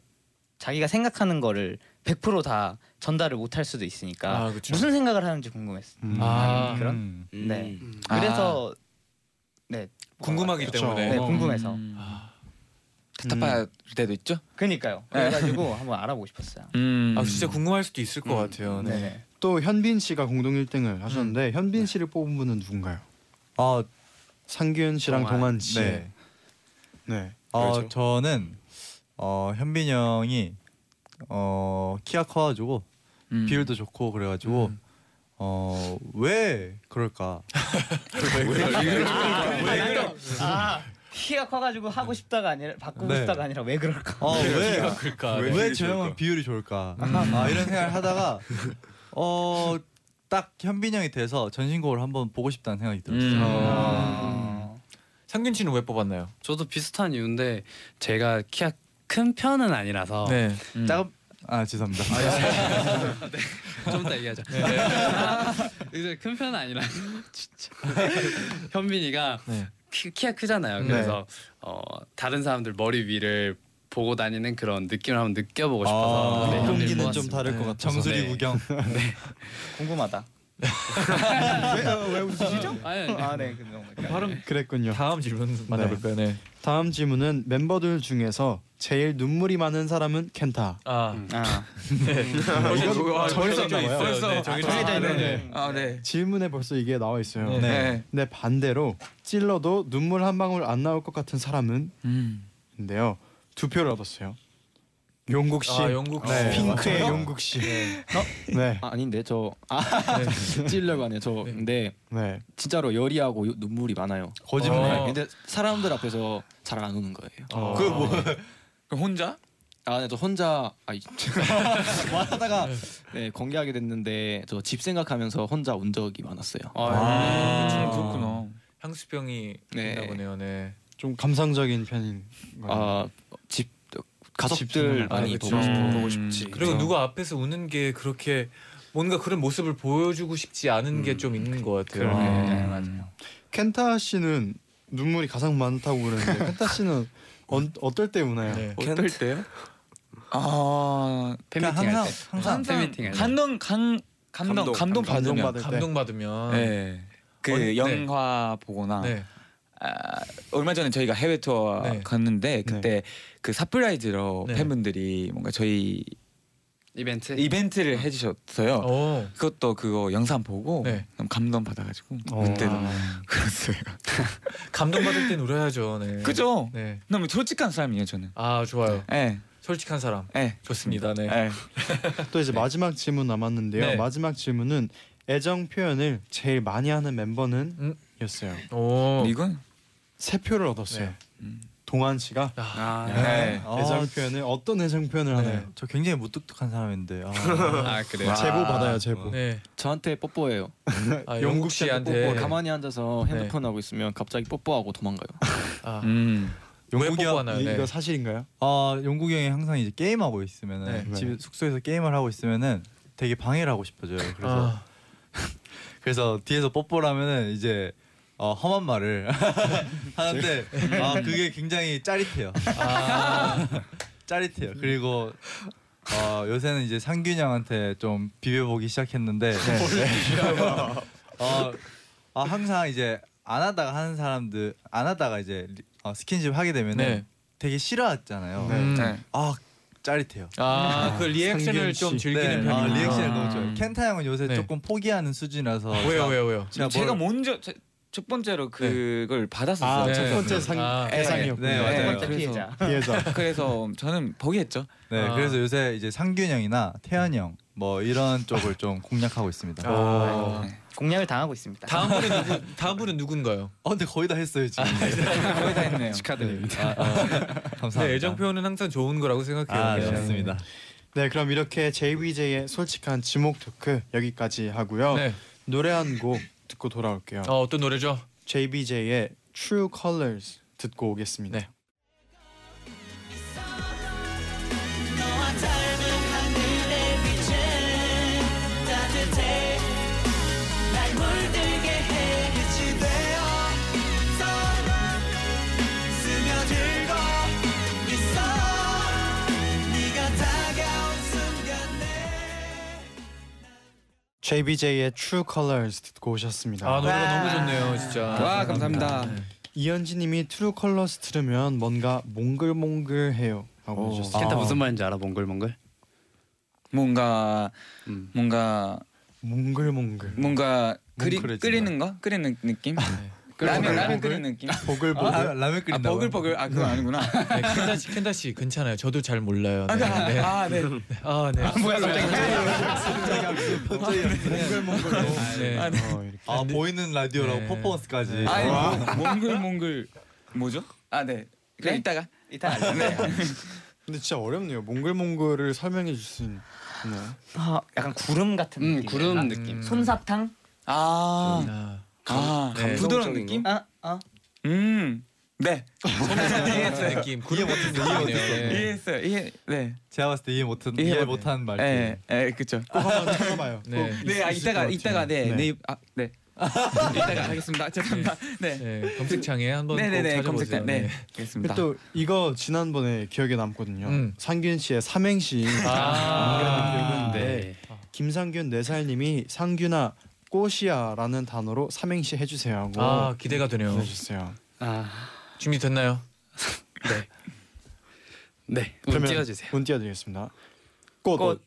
Speaker 1: 자기가 생각하는 거를 100%다 전달을 못 할 수도 있으니까
Speaker 3: 아, 그쵸.
Speaker 1: 무슨 생각을 하는지 궁금했어요.
Speaker 2: 음.
Speaker 3: 아,
Speaker 1: 그런
Speaker 5: 음.
Speaker 1: 네.
Speaker 8: 음.
Speaker 6: 아.
Speaker 1: 그래서 네
Speaker 3: 궁금하기
Speaker 2: 그쵸.
Speaker 3: 때문에. 음.
Speaker 1: 네
Speaker 2: 어.
Speaker 1: 궁금해서
Speaker 6: 음.
Speaker 2: 음.
Speaker 6: 답답할 때도 있죠. 음.
Speaker 1: 그니까요.
Speaker 3: 네.
Speaker 1: 그래가지고 한번 알아보고 싶었어요.
Speaker 3: 아 진짜 궁금할 수도 있을
Speaker 8: 음.
Speaker 3: 것 같아요. 네.
Speaker 1: 네네.
Speaker 2: 또 현빈 씨가 공동 1등을 하셨는데 현빈 씨를 뽑은 분은 누군가요?
Speaker 5: 아,
Speaker 2: 상균 씨랑
Speaker 1: 동안.
Speaker 2: 동안 씨.
Speaker 5: 네.
Speaker 2: 네. 네.
Speaker 5: 어,
Speaker 8: 그렇죠.
Speaker 5: 저는 어, 현빈 형이 어, 키가 커가지고
Speaker 6: 음.
Speaker 5: 비율도 좋고 그래가지고 어, 왜 그럴까?
Speaker 1: 아 키가 커가지고 하고 싶다가 아니라 바꾸고
Speaker 5: 네.
Speaker 1: 싶다가 아니라 왜 그럴까?
Speaker 5: 어, 왜?
Speaker 3: 그럴까? 네.
Speaker 8: 왜
Speaker 5: 왜
Speaker 8: 비율이
Speaker 5: 저 형은
Speaker 8: 좋을까?
Speaker 5: 비율이 좋을까? 아, 이런 생각을 하다가 어, 딱 현빈 형이 돼서 전신곡을 한번 보고 싶다는 생각이 들었어요.
Speaker 6: 음.
Speaker 1: 아.
Speaker 3: 상균 씨는 왜 뽑았나요?
Speaker 7: 저도 비슷한 이유인데 제가 키가 큰 편은 아니라서
Speaker 3: 네.
Speaker 6: 음.
Speaker 5: 작은 아 죄송합니다.
Speaker 7: 좀 이따 얘기하자. 이제 큰 편은 아니라 진짜 현빈이가
Speaker 3: 네.
Speaker 7: 키, 키가 크잖아요.
Speaker 2: 네.
Speaker 7: 그래서 어, 다른 사람들 머리 위를 보고 다니는 그런 느낌을 한번 느껴보고 싶어서
Speaker 5: 아,
Speaker 7: 네, 현빈
Speaker 2: 뒷공기는 좀
Speaker 7: 뽑았습니다.
Speaker 2: 다를 것
Speaker 3: 네.
Speaker 2: 같아서.
Speaker 5: 정수리
Speaker 7: 네.
Speaker 5: 구경.
Speaker 1: 궁금하다.
Speaker 2: 왜 웃으시죠?
Speaker 7: 아니, 아니,
Speaker 1: 아 네 그럼
Speaker 2: 발음 그랬군요.
Speaker 3: 다음 질문 만나볼까요? 네.
Speaker 2: 다음 질문은 멤버들 중에서 제일 눈물이 많은 사람은 켄타.
Speaker 3: 아. 음.
Speaker 1: 아
Speaker 2: 이건 정해졌나 봐요.
Speaker 3: 벌써 네, 정해져 있어요.
Speaker 1: 정해져 있는
Speaker 6: 아 네.
Speaker 2: 질문에 벌써 이게 나와 있어요.
Speaker 3: 네.
Speaker 6: 네.
Speaker 2: 근데 반대로 찔러도 눈물 한 방울 안 나올 것 같은 사람은인데요.
Speaker 6: 음.
Speaker 2: 두 표를 얻었어요. 용국 씨,
Speaker 3: 아, 용국 씨.
Speaker 2: 네. 핑크의
Speaker 3: 맞아요.
Speaker 2: 용국 씨. 네,
Speaker 9: 아, 아닌데 저 아, 찔려고 하네요. 저 근데
Speaker 2: 네.
Speaker 9: 진짜로 열이하고 요- 눈물이 많아요.
Speaker 3: 거짓말.
Speaker 9: 네, 근데 사람들 앞에서 잘 안 우는 거예요.
Speaker 2: 어.
Speaker 3: 그 뭐?
Speaker 6: 그 혼자?
Speaker 9: 아, 네, 저 혼자 아, 이-
Speaker 5: 하다가
Speaker 9: 네, 공개하게 됐는데 저 집 생각하면서 혼자 운 적이 많았어요.
Speaker 6: 아, 그렇구나.
Speaker 3: 향수병이
Speaker 9: 네.
Speaker 3: 있나 보네요. 네.
Speaker 2: 좀 감상적인 편인 거예요.
Speaker 9: 아집
Speaker 2: 아. 집사람.
Speaker 9: 가족들
Speaker 2: 아,
Speaker 9: 많이
Speaker 3: 그쵸.
Speaker 9: 보고
Speaker 3: 음.
Speaker 9: 싶어.
Speaker 6: 보고 싶지.
Speaker 3: 그리고 누가 앞에서 우는 게 그렇게 뭔가 그런 모습을 보여주고 싶지 않은 게 좀 있는 것 같아요.
Speaker 6: 그러네.
Speaker 3: 네.
Speaker 1: 맞아요.
Speaker 2: 켄타 씨는 눈물이 가장 많다고 그러는데 켄타 씨는 어, 어떨 때 우나요?
Speaker 3: 네.
Speaker 8: 어떨 때요?
Speaker 6: 아
Speaker 5: 그냥
Speaker 7: 팬미팅 할
Speaker 5: 항상
Speaker 7: 때.
Speaker 5: 항상
Speaker 7: 팬미팅 할 때.
Speaker 6: 감동 감 감동
Speaker 8: 감동,
Speaker 6: 감동
Speaker 2: 감동
Speaker 6: 받으면.
Speaker 2: 받을 때.
Speaker 3: 네. 감동 받으면.
Speaker 6: 네. 그
Speaker 3: 언- 아, 네.
Speaker 6: 영화 보거나
Speaker 3: 네.
Speaker 6: 아, 얼마 전에 저희가 해외 투어
Speaker 3: 네.
Speaker 6: 갔는데 그때 그 사프라이즈로
Speaker 3: 네.
Speaker 6: 팬분들이 뭔가 저희
Speaker 7: 이벤트.
Speaker 6: 이벤트를 해주셨어요.
Speaker 3: 오.
Speaker 6: 그것도 그거 영상 보고
Speaker 3: 네.
Speaker 6: 너무 감동 받아가지고
Speaker 2: 어.
Speaker 6: 그때도 그랬어요.
Speaker 3: 감동받을 땐 울어야죠. 네.
Speaker 6: 그죠?
Speaker 3: 네.
Speaker 6: 너무 솔직한 사람이에요 저는.
Speaker 3: 아 좋아요.
Speaker 6: 예,
Speaker 3: 솔직한 사람.
Speaker 6: 예,
Speaker 3: 좋습니다. 네.
Speaker 6: 예.
Speaker 2: 또 이제 마지막 질문 남았는데요.
Speaker 3: 네.
Speaker 2: 마지막 질문은 애정 표현을 제일 많이 하는 멤버는
Speaker 3: 음.
Speaker 2: 였어요.
Speaker 3: 오.
Speaker 6: 이건
Speaker 2: 세 표를 얻었어요.
Speaker 3: 네.
Speaker 2: 동환 씨가
Speaker 7: 아,
Speaker 6: 네.
Speaker 5: 아,
Speaker 2: 애정 표현을 어떤 애정 표현을
Speaker 5: 네.
Speaker 2: 하나요?
Speaker 5: 저 굉장히 무뚝뚝한 사람인데. 아.
Speaker 7: 아 그래요.
Speaker 2: 제보 받아요, 제보.
Speaker 3: 네.
Speaker 9: 저한테 뽀뽀해요.
Speaker 3: 아,
Speaker 2: 영국
Speaker 3: 영국 씨한테.
Speaker 9: 뽀뽀. 가만히 앉아서
Speaker 3: 네.
Speaker 9: 핸드폰 하고 있으면 갑자기 뽀뽀하고 도망가요.
Speaker 3: 아,
Speaker 6: 음.
Speaker 3: 왜
Speaker 5: 영국이 한-
Speaker 3: 뽀뽀하나요?
Speaker 2: 이거
Speaker 3: 네.
Speaker 2: 사실인가요?
Speaker 5: 아 용국이 형이 항상 이제 게임 하고 있으면은
Speaker 2: 네.
Speaker 5: 집 숙소에서 게임을 하고 있으면은 되게 방해를 하고 싶어져요. 그래서
Speaker 3: 아,
Speaker 5: 그래서 뒤에서 뽀뽀하면은 이제 어, 험한 말을 하는데 아 그게 굉장히 짜릿해요. 아, 짜릿해요. 그리고 어, 요새는 이제 상균 형한테 좀 비벼보기 시작했는데
Speaker 3: 네.
Speaker 5: 네. 어, 아, 항상 이제 안 하다가 하는 사람들 안 하다가 이제 리- 어, 스킨십 하게 되면은
Speaker 3: 네.
Speaker 5: 되게 싫어하잖아요.
Speaker 3: 음.
Speaker 6: 네.
Speaker 5: 아 짜릿해요.
Speaker 3: 아, 그
Speaker 2: 상균
Speaker 3: 리액션을 좀
Speaker 2: 씨.
Speaker 3: 즐기는
Speaker 5: 네, 아,
Speaker 3: 편이구나.
Speaker 5: 리액션 너무 좋아요. 켄타 형은 요새
Speaker 3: 네.
Speaker 5: 조금 포기하는 수준이라서
Speaker 6: 아,
Speaker 3: 왜요, 왜요, 왜요?
Speaker 5: 제가,
Speaker 6: 제가
Speaker 5: 뭘-
Speaker 6: 먼저 제- 첫 번째로 그걸 받았었어요.
Speaker 2: 아,
Speaker 3: 네.
Speaker 2: 첫 번째 상
Speaker 3: 아,
Speaker 2: 애상이었군요.
Speaker 5: 네,
Speaker 6: 네,
Speaker 5: 맞아요.
Speaker 6: 맞아요.
Speaker 1: 피해자.
Speaker 2: 피해자.
Speaker 6: 그래서 저는 버기했죠.
Speaker 5: 네,
Speaker 3: 아.
Speaker 5: 그래서 요새 이제 상균 형이나 태현 형 뭐 이런 쪽을 좀 공략하고 있습니다. 어,
Speaker 3: 아,
Speaker 1: 공략을 당하고 있습니다.
Speaker 3: 다음 분은 누구? 다음 분은 누군가요? 네,
Speaker 5: 근데 거의 다 했어요 지금.
Speaker 3: 아.
Speaker 6: 거의 다 했네요.
Speaker 5: 축하드립니다. 아, 아, 감사합니다.
Speaker 3: 네, 애정 표현은 항상 좋은 거라고 생각해요.
Speaker 5: 아,
Speaker 3: 네.
Speaker 5: 네, 맞습니다.
Speaker 2: 네, 그럼 이렇게 JBJ의 솔직한 지목 토크 여기까지 하고요.
Speaker 3: 네.
Speaker 2: 노래 한 곡 듣고 돌아올게요.
Speaker 3: 어, 어떤 노래죠?
Speaker 2: JBJ의 True Colors 듣고 오겠습니다.
Speaker 3: 네.
Speaker 4: 너와 닮은 하늘의 빛에 따뜻해 날 물들게 해 빛이 되어서 스며들고 있어 네가 다가온 순간 내
Speaker 2: JBJ의 True Colors 듣고 오셨습니다.
Speaker 3: 아, 노래가 너무 좋네요, 진짜.
Speaker 6: 와 감사합니다.
Speaker 2: 이현진님이 True Colors 들으면 뭔가 몽글몽글해요. 하고 오셨어요.
Speaker 7: 켄타 무슨 말인지 알아? 몽글몽글.
Speaker 6: 뭔가
Speaker 7: 음.
Speaker 2: 아,
Speaker 6: 뭔가
Speaker 2: 몽글몽글.
Speaker 6: 뭔가 그리,
Speaker 5: 뭉클해진다.
Speaker 6: 끓이는 거? 끓이는 느낌? 라면 라면 끓이는 느낌?
Speaker 2: 보글보글.
Speaker 5: 아, 라면
Speaker 6: 아
Speaker 5: 끓인다고.
Speaker 6: 버글버글 아 그건 아니구나.
Speaker 3: 네, 켄다 씨, 켄다 씨 괜찮아요. 저도 잘 몰라요. 네.
Speaker 6: 아,
Speaker 3: 네.
Speaker 6: 아 네.
Speaker 3: 아, 네.
Speaker 6: 뭐야 갑자기?
Speaker 2: 몽글몽글로.
Speaker 3: 아, 네.
Speaker 6: 아, 네.
Speaker 2: 어, 이렇게.
Speaker 5: 아 보이는 라디오라고
Speaker 3: 네.
Speaker 5: 퍼포먼스까지.
Speaker 6: 아니
Speaker 5: 와.
Speaker 6: 뭐- 몽글몽글 뭐죠? 아 네. 그래
Speaker 1: 네.
Speaker 6: 이따가.
Speaker 1: 이따 알려.
Speaker 2: 근데 진짜 어렵네요. 몽글몽글을 설명해 줄 수 있나요?
Speaker 1: 아, 약간 구름 같은
Speaker 7: 음
Speaker 1: 느낌.
Speaker 7: 구름 느낌.
Speaker 1: 손사탕?
Speaker 6: 아.
Speaker 3: 아,
Speaker 6: 아,
Speaker 3: 네.
Speaker 6: 부드러운 느낌?
Speaker 1: 아, 아.
Speaker 6: 음. 네.
Speaker 3: 손에서 아, 느낌. 그게 못했어. 이해 못했어.
Speaker 6: 이해했어요. 이해 네.
Speaker 5: 제가 봤을 때 이해 못한
Speaker 6: 이해
Speaker 5: 이해
Speaker 6: 못-
Speaker 5: 못한 말.
Speaker 6: 예. 예, 그쵸
Speaker 2: 꼭 한번 해봐요.
Speaker 3: 네.
Speaker 6: 네, 아 이따가 이따가 네. 네. 아, 네. 이따가 하겠습니다. 죄송합니다. 네.
Speaker 3: 네, 검색창에 한번
Speaker 6: 네,
Speaker 3: 꼭
Speaker 6: 네, 네.
Speaker 3: 찾아보세요.
Speaker 6: 검색단. 네. 알겠습니다.
Speaker 2: 또 이거 지난번에 기억에 남거든요.
Speaker 3: 음.
Speaker 2: 상균 씨의 삼행시
Speaker 3: 아.
Speaker 7: 네.
Speaker 2: 아~ 기억인데 김상균 네살님이 상균아 꽃이야라는 단어로 삼행시 해주세요 하고
Speaker 3: 아, 기대가 되네요.
Speaker 2: 보내주세요.
Speaker 7: 아
Speaker 3: 준비 됐나요?
Speaker 7: 네. 운 띄워주세요.
Speaker 2: 운 띄워드리겠습니다. 꽃.
Speaker 7: 꽃.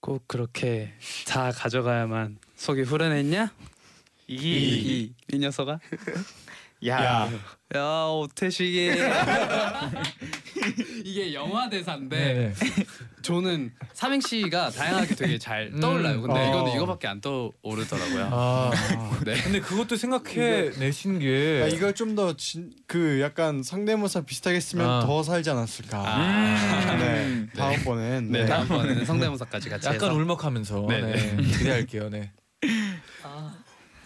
Speaker 7: 꼭 그렇게 다 가져가야만 속이 후련했냐? 이이 이 녀석아.
Speaker 1: 야.
Speaker 7: 야 오태식이 이게 영화 대사인데
Speaker 3: 네.
Speaker 7: 저는 삼행시가 다양하게 되게 잘 떠올라요. 근데
Speaker 2: 어.
Speaker 7: 이거는 이거밖에 안 떠오르더라고요.
Speaker 3: 아.
Speaker 7: 네.
Speaker 3: 근데 그것도 생각해 내신 게
Speaker 2: 아, 이걸 좀 더 그 약간 상대모사 비슷하게 쓰면
Speaker 3: 아.
Speaker 2: 더 살지 않았을까. 네. 다음번엔
Speaker 7: 네,
Speaker 2: 네.
Speaker 7: 다음번에는 성대모사까지 같이
Speaker 3: 약간
Speaker 7: 해서
Speaker 3: 울먹하면서
Speaker 7: 네,
Speaker 3: 네, 기대할게요. 네.
Speaker 1: 아.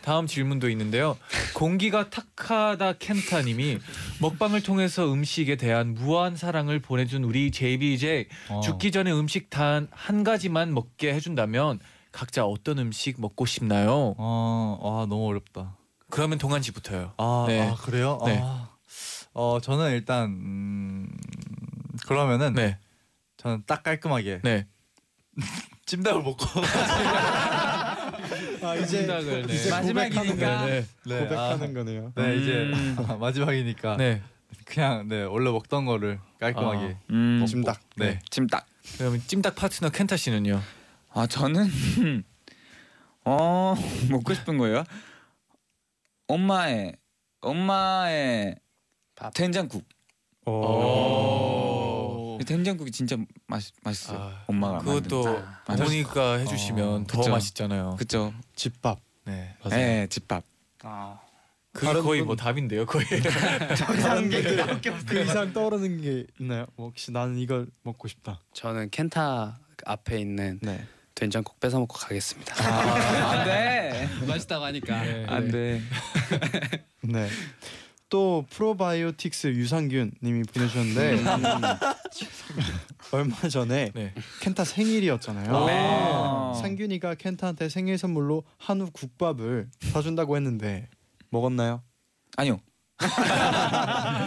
Speaker 3: 다음 질문도 있는데요. 공기가 탁하다 켄타님이 먹방을 통해서 음식에 대한 무한 사랑을 보내준 우리 JBJ
Speaker 5: 어.
Speaker 3: 죽기 전에 음식 단 한 가지만 먹게 해준다면 각자 어떤 음식 먹고 싶나요?
Speaker 5: 어, 와 너무 어렵다.
Speaker 3: 그러면 동한 씨부터요.
Speaker 5: 아,
Speaker 3: 네.
Speaker 5: 아 그래요?
Speaker 3: 네.
Speaker 5: 아. 어 저는 일단 음, 그러면은
Speaker 3: 네,
Speaker 5: 저는 딱 깔끔하게
Speaker 3: 네.
Speaker 5: 찜닭을 먹고
Speaker 2: 아, 이제
Speaker 3: 생각을, 네.
Speaker 2: 이제 고백하는 거네요.
Speaker 3: 네, 아.
Speaker 5: 네,
Speaker 2: 고백하는
Speaker 5: 아,
Speaker 2: 거네요.
Speaker 5: 네 이제
Speaker 6: 음.
Speaker 5: 마지막이니까
Speaker 3: 네.
Speaker 5: 그냥 네 원래 먹던 거를 깔끔하게
Speaker 6: 음.
Speaker 3: 아.
Speaker 6: 뭐,
Speaker 5: 먹고.
Speaker 2: 찜닭.
Speaker 5: 네.
Speaker 6: 지금 딱
Speaker 3: 그럼 찜닭 파트너 켄타 씨는요?
Speaker 6: 아 저는 어 먹고 싶은 거예요. 엄마의 엄마의 된장국.
Speaker 7: 어.
Speaker 2: 어,
Speaker 6: 된장국이 진짜 맛있 맛있어요.
Speaker 3: 아,
Speaker 6: 엄마가
Speaker 3: 그것도
Speaker 6: 만든. 아,
Speaker 3: 어머니가 해주시면 더
Speaker 6: 그쵸.
Speaker 3: 맛있잖아요.
Speaker 6: 그쵸.
Speaker 2: 집밥.
Speaker 3: 네,
Speaker 6: 예 네, 집밥.
Speaker 1: 아,
Speaker 3: 그게
Speaker 2: 다른
Speaker 3: 거의
Speaker 2: 분-
Speaker 3: 뭐 답인데요, 거의.
Speaker 2: 그 이상 떠오르는 게 있나요? 뭐 혹시 나는 이걸 먹고 싶다.
Speaker 7: 저는 켄타 앞에 있는
Speaker 2: 네.
Speaker 7: 된장국 뺏어 먹고 가겠습니다.
Speaker 6: 안돼.
Speaker 7: 맛있다고 하니까.
Speaker 6: 안돼.
Speaker 2: 네. 또 프로바이오틱스 유산균님이 보내주셨는데 음. 얼마 전에
Speaker 3: 네.
Speaker 2: 켄타 생일이었잖아요.
Speaker 7: 어.
Speaker 6: 네.
Speaker 2: 상균이가 켄타한테 생일 선물로 한우 국밥을 사준다고 했는데 먹었나요?
Speaker 6: 아니요.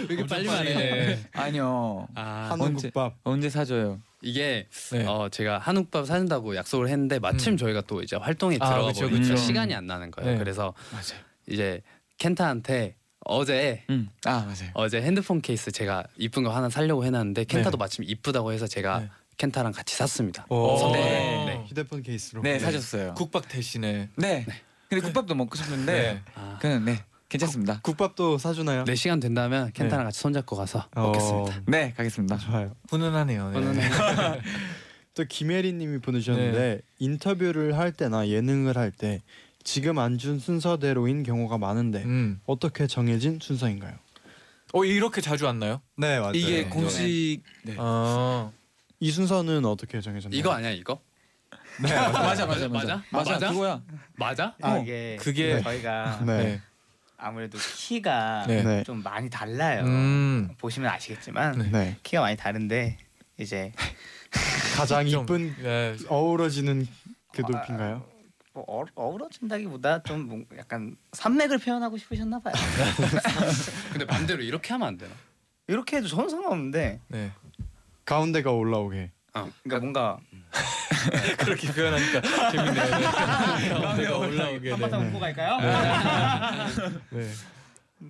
Speaker 7: 이게 빨리 말해.
Speaker 6: 아니요.
Speaker 7: 아
Speaker 2: 한우
Speaker 6: 언제?
Speaker 2: 국밥.
Speaker 6: 어, 언제 사줘요?
Speaker 7: 이게
Speaker 3: 네.
Speaker 7: 어 제가 한국밥 사준다고 약속을 했는데 마침 저희가 또 이제 활동에
Speaker 3: 아,
Speaker 7: 들어가
Speaker 3: 그쵸,
Speaker 7: 버리니까
Speaker 3: 그쵸.
Speaker 7: 시간이 안 나는 거예요.
Speaker 3: 네.
Speaker 7: 그래서
Speaker 6: 맞아요.
Speaker 7: 이제 켄타한테 어제
Speaker 6: 음. 아 맞아요.
Speaker 7: 어제 핸드폰 케이스 제가 이쁜 거 하나 사려고 해놨는데 켄타도 마침 이쁘다고 해서 제가
Speaker 3: 네.
Speaker 7: 켄타랑 같이 샀습니다.
Speaker 3: 오.
Speaker 7: 네.
Speaker 3: 네. 아.
Speaker 2: 휴대폰 케이스로.
Speaker 6: 네 사줬어요.
Speaker 3: 국밥 대신에
Speaker 6: 네. 근데 국밥도 먹고 싶은데
Speaker 3: 네.
Speaker 7: 아,
Speaker 6: 그냥 네 괜찮습니다.
Speaker 2: 국밥도 사주나요?
Speaker 7: 내 시간 된다면 켄타랑 같이 손잡고 가서
Speaker 2: 어,
Speaker 7: 네. 먹겠습니다.
Speaker 6: 네 가겠습니다.
Speaker 2: 좋아요.
Speaker 3: 훈훈하네요. 네.
Speaker 2: 또 김혜리님이 보내주셨는데 인터뷰를 할 때나 예능을 할 때 지금 안 준 순서대로인 경우가 많은데
Speaker 3: 음.
Speaker 2: 어떻게 정해진 순서인가요?
Speaker 3: 어 이렇게 자주 안 나요?
Speaker 5: 네 맞아요.
Speaker 6: 이게 공식 네.
Speaker 3: 아.
Speaker 2: 이 순서는 어떻게 정해졌나요?
Speaker 7: 이거 아니야 이거?
Speaker 6: 맞아 맞아 맞아
Speaker 7: 맞아?
Speaker 6: 맞아,
Speaker 7: 맞아?
Speaker 6: 그거야.
Speaker 7: 맞아?
Speaker 1: 아 이게
Speaker 3: 그게-
Speaker 1: 저희가
Speaker 2: 네.
Speaker 1: 아무래도 키가
Speaker 3: 네.
Speaker 2: 네.
Speaker 1: 좀 많이 달라요.
Speaker 3: 음.
Speaker 1: 보시면 아시겠지만
Speaker 2: 네.
Speaker 1: 키가 많이 다른데 이제
Speaker 2: 가장
Speaker 3: 좀,
Speaker 2: 이쁜
Speaker 3: 네.
Speaker 2: 어우러지는 그 높인가요?
Speaker 1: 뭐 어, 어우러진다기보다 좀뭐 약간 산맥을 표현하고 싶으셨나 봐요.
Speaker 7: 근데 반대로 이렇게 하면 안 되나?
Speaker 1: 이렇게 해도 저는 상관없는데
Speaker 3: 네.
Speaker 2: 가운데가 올라오게. 어,
Speaker 1: 그러니까 뭔가
Speaker 3: 그렇게 표현하니까 재밌네요. 네. 가운데가 올라오게.
Speaker 1: 한바탕
Speaker 3: 네.
Speaker 1: 웃고 갈까요?
Speaker 3: 네.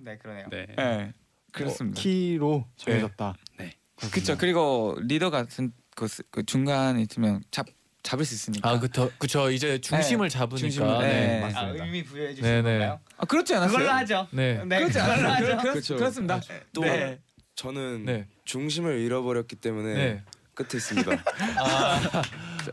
Speaker 1: 네 그러네요.
Speaker 7: 네.
Speaker 8: 예,
Speaker 6: 네 그렇습니다.
Speaker 2: 키로 정해졌다.
Speaker 7: 네.
Speaker 6: 그쵸 그리고 리더 같은 그, 스- 그 중간에 있으면 잡 잡을 수 있으니까.
Speaker 3: 아 그쵸 그쵸 이제 중심을 잡으니까.
Speaker 6: 중심을, 네.
Speaker 3: 네.
Speaker 1: 아,
Speaker 2: 맞습니다.
Speaker 1: 의미 부여해
Speaker 3: 네,
Speaker 1: 주시는
Speaker 3: 네.
Speaker 1: 건가요?
Speaker 6: 아, 그렇지 않았어요?
Speaker 1: 그걸로 하죠.
Speaker 3: 네.
Speaker 6: 그렇지 않았어요?
Speaker 1: 그걸로 하죠.
Speaker 6: 그렇,
Speaker 8: 그렇죠.
Speaker 6: 그습니다
Speaker 8: 또
Speaker 6: 네.
Speaker 8: 저는
Speaker 3: 네.
Speaker 8: 중심을 잃어버렸기 때문에
Speaker 3: 네.
Speaker 8: 끝에 있습니다.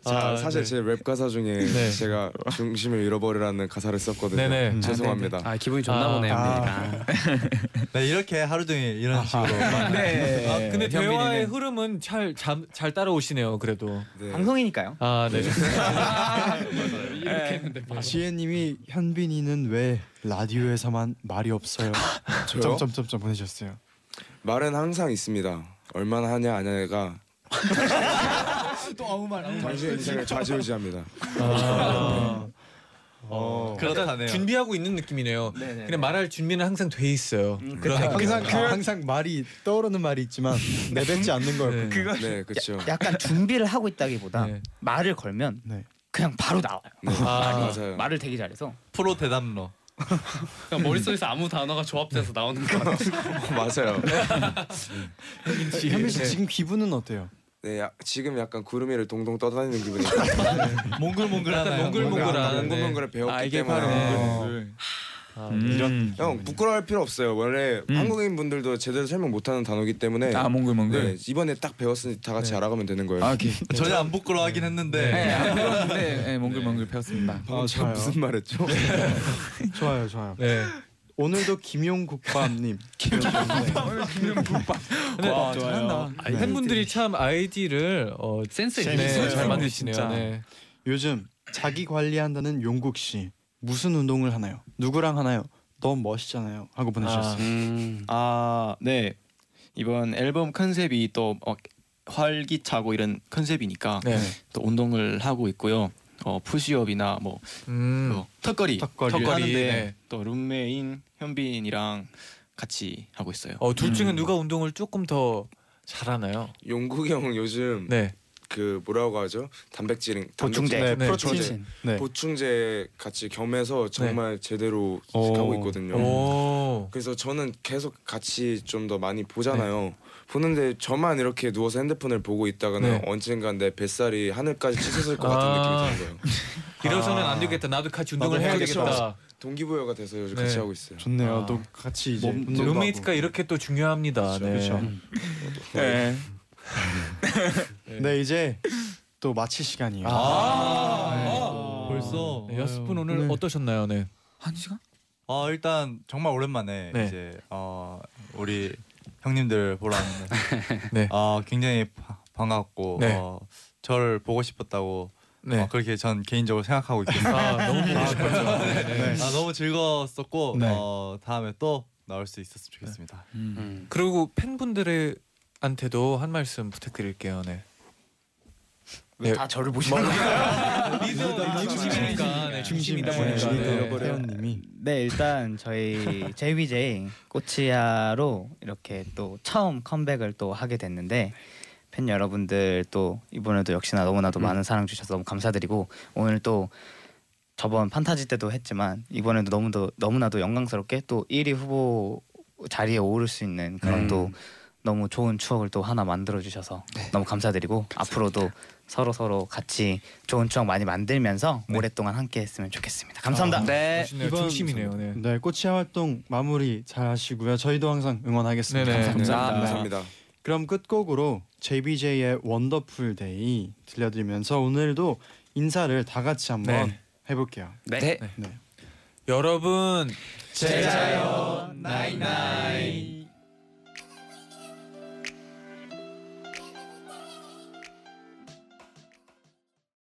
Speaker 8: 자,
Speaker 3: 아,
Speaker 8: 사실
Speaker 3: 네.
Speaker 8: 제 랩 가사 중에
Speaker 3: 네.
Speaker 8: 제가 중심을 잃어버리라는 가사를 썼거든요.
Speaker 3: 네네.
Speaker 8: 음, 죄송합니다.
Speaker 7: 아 기분이 좋나
Speaker 3: 아,
Speaker 7: 보네요.
Speaker 2: 아.
Speaker 7: 아.
Speaker 5: 네 이렇게 하루 종일 이런 식으로.
Speaker 6: 네.
Speaker 3: 아 근데 대화의
Speaker 6: 현빈이는-
Speaker 3: 흐름은 잘 잘 따라오시네요. 그래도.
Speaker 8: 네.
Speaker 1: 방송이니까요.
Speaker 3: 아 네.
Speaker 6: 네.
Speaker 2: 지혜님이 현빈이는 왜 라디오에서만 말이 없어요?
Speaker 8: 저요?
Speaker 2: 점점점점 보내셨어요.
Speaker 8: 말은 항상 있습니다. 얼마나 하냐 아냐가
Speaker 5: 또 아무 말 아무
Speaker 8: 당신의 인생을 좌지우지합니다.
Speaker 3: 아.
Speaker 2: 어.
Speaker 5: 그렇다네요.
Speaker 3: 준비하고 있는 느낌이네요. 그냥 말할 준비는 항상 돼 있어요. 그러니까.
Speaker 2: 항상 항상 말이 떠오르는 말이 있지만 내뱉지 않는 걸.
Speaker 3: 네.
Speaker 1: 그거
Speaker 8: 네, 그렇죠.
Speaker 1: 약간 준비를 하고 있다기보다
Speaker 3: 네.
Speaker 1: 말을 걸면
Speaker 2: 네.
Speaker 1: 그냥 바로 나와요.
Speaker 8: 네,
Speaker 3: 아,
Speaker 8: 맞아요.
Speaker 1: 말을 되게 잘해서
Speaker 5: 프로 대담러.
Speaker 7: 그냥 머릿속에서 아무 단어가 조합돼서 나오는 거 같아.
Speaker 8: 맞아요.
Speaker 2: 현빈 씨 지금 기분은 어때요?
Speaker 8: 네, 야, 지금 약간 구름 위를 동동 떠다니는 기분이에요.
Speaker 5: 몽글몽글하나요?
Speaker 8: 아, 뭔가
Speaker 3: 몽글몽글한. 네.
Speaker 8: 몽글몽글을 배웠기
Speaker 3: 아, 이게
Speaker 8: 때문에 네.
Speaker 3: 바로
Speaker 6: 아,
Speaker 3: 음.
Speaker 6: 이런 음.
Speaker 8: 형 부끄러워할 필요 없어요. 원래 한국인 분들도 제대로 설명 못하는 단어기 때문에
Speaker 6: 아 몽글몽글.
Speaker 8: 네, 이번에 딱 배웠으니 다 같이 알아가면 되는 거예요.
Speaker 6: 아 오케이.
Speaker 5: 전혀 안 부끄러워하긴 했는데.
Speaker 6: 네. 아, 그런데 네, 몽글몽글 배웠습니다.
Speaker 8: 제가
Speaker 2: 아, 좋아요.
Speaker 8: 무슨 말했죠?
Speaker 6: 네.
Speaker 2: 좋아요, 좋아요.
Speaker 3: 네.
Speaker 2: 오늘도 김용국밥님.
Speaker 3: 근데 아, 네.
Speaker 6: 와 잘한다.
Speaker 3: 팬분들이 참 아이디를 어,
Speaker 7: 센스 있네.
Speaker 3: 네, 잘
Speaker 2: 재밌어요,
Speaker 3: 만드시네요.
Speaker 2: 진짜.
Speaker 3: 네.
Speaker 2: 요즘 자기 관리한다는 용국 씨 무슨 운동을 하나요? 누구랑 하나요? 너무 멋있잖아요. 하고 보내셨어요.
Speaker 7: 음.
Speaker 9: 아, 네. 이번 앨범 컨셉이 또 어, 활기차고 이런 컨셉이니까
Speaker 3: 네.
Speaker 9: 또 운동을 하고 있고요. 어, 푸시업이나 뭐
Speaker 3: 음.
Speaker 9: 뭐 턱걸이,
Speaker 2: 턱걸이.
Speaker 9: 하는데
Speaker 3: 네.
Speaker 9: 또 룸메인 현빈이랑 같이 하고 있어요.
Speaker 3: 어, 둘 중에
Speaker 6: 음.
Speaker 3: 누가 운동을 조금 더 잘하나요?
Speaker 8: 용국이 형은 요즘
Speaker 3: 네.
Speaker 8: 그 뭐라고 하죠? 단백질
Speaker 1: 보충제.
Speaker 8: 단백질-
Speaker 1: 네,
Speaker 8: 보충제.
Speaker 1: 프로틴.
Speaker 2: 네.
Speaker 8: 보충제 같이 겸해서 정말
Speaker 6: 네.
Speaker 8: 제대로
Speaker 2: 오.
Speaker 8: 하고
Speaker 6: 음.
Speaker 8: 있거든요.
Speaker 3: 오.
Speaker 8: 그래서 저는 계속 같이 좀 더 많이 보잖아요. 보는데 저만 이렇게 누워서 핸드폰을 보고 있다가는
Speaker 3: 네.
Speaker 8: 언젠간 내 뱃살이 하늘까지 치솟을 것 같은
Speaker 3: 아.
Speaker 8: 느낌이 드는 거예요.
Speaker 3: 이러서는 안 되겠다. 나도 같이 운동을
Speaker 8: 나도
Speaker 3: 해야
Speaker 8: 그렇죠.
Speaker 3: 되겠다.
Speaker 8: 동기부여가 돼서 요즘
Speaker 3: 네.
Speaker 8: 같이 하고 있어요.
Speaker 2: 좋네요.
Speaker 3: 아.
Speaker 2: 또 같이 이제
Speaker 9: 몸-
Speaker 2: 운동도
Speaker 3: 룸메이트가
Speaker 2: 하고.
Speaker 3: 이렇게 또 중요합니다. 네.
Speaker 2: 그렇죠.
Speaker 9: 네.
Speaker 2: 네 이제 또 마칠 시간이에요.
Speaker 3: 아,
Speaker 5: 네.
Speaker 3: 아.
Speaker 5: 벌써
Speaker 3: 네, 여섯 분
Speaker 5: 아유.
Speaker 3: 오늘
Speaker 2: 네.
Speaker 3: 어떠셨나요? 네.
Speaker 6: 한 시간?
Speaker 5: 어 일단 정말 오랜만에
Speaker 3: 네.
Speaker 5: 이제 어 우리 형님들 보러 왔는데
Speaker 3: 네.
Speaker 5: 어 굉장히 바- 반갑고
Speaker 3: 네.
Speaker 5: 어 저를 보고 싶었다고
Speaker 3: 네.
Speaker 5: 어, 그렇게 전 개인적으로 생각하고 있습니다.
Speaker 3: 아, 너무 보고 싶었죠. 네.
Speaker 2: 네.
Speaker 5: 아 너무 즐거웠었고
Speaker 2: 네.
Speaker 5: 어 다음에 또 나올 수 있었으면 좋겠습니다.
Speaker 7: 음.
Speaker 3: 그리고 팬분들한테도 한 말씀 부탁드릴게요. 네. 네. 뭐,
Speaker 1: 다 저를 보시는 거예요.
Speaker 2: 아,
Speaker 3: 리더 아, 중심이니까. 네, 중심이다
Speaker 2: 네,
Speaker 3: 보니까. 네.
Speaker 2: 리더 태연님이
Speaker 1: 네 일단 저희 JBJ 꼬치야로 이렇게 또 처음 컴백을 또 하게 됐는데 팬 여러분들 또 이번에도 역시나 너무나도 많은 사랑 주셔서 너무 감사드리고 오늘 또 저번 판타지 때도 했지만 이번에도 너무도 너무나도 영광스럽게 또 1위 후보 자리에 오를 수 있는 그런 또 너무 좋은 추억을 또 하나 만들어 주셔서 너무 네. 감사드리고 앞으로도 서로 서로 같이 좋은 추억 많이 만들면서 오랫동안 함께했으면 좋겠습니다. 감사합니다.
Speaker 3: 네. 멋있네요. 중심이네요. 네.
Speaker 2: 네 꽃이야 활동 마무리 잘 하시고요. 저희도 항상 응원하겠습니다.
Speaker 3: 네네.
Speaker 2: 감사합니다.
Speaker 8: 감사합니다.
Speaker 2: 그럼 끝곡으로 JBJ의 원더풀 데이 들려드리면서 오늘도 인사를 다 같이 한번
Speaker 3: 네.
Speaker 2: 해볼게요. 네.
Speaker 7: 네.
Speaker 3: 여러분
Speaker 2: 제자요
Speaker 3: 나이나이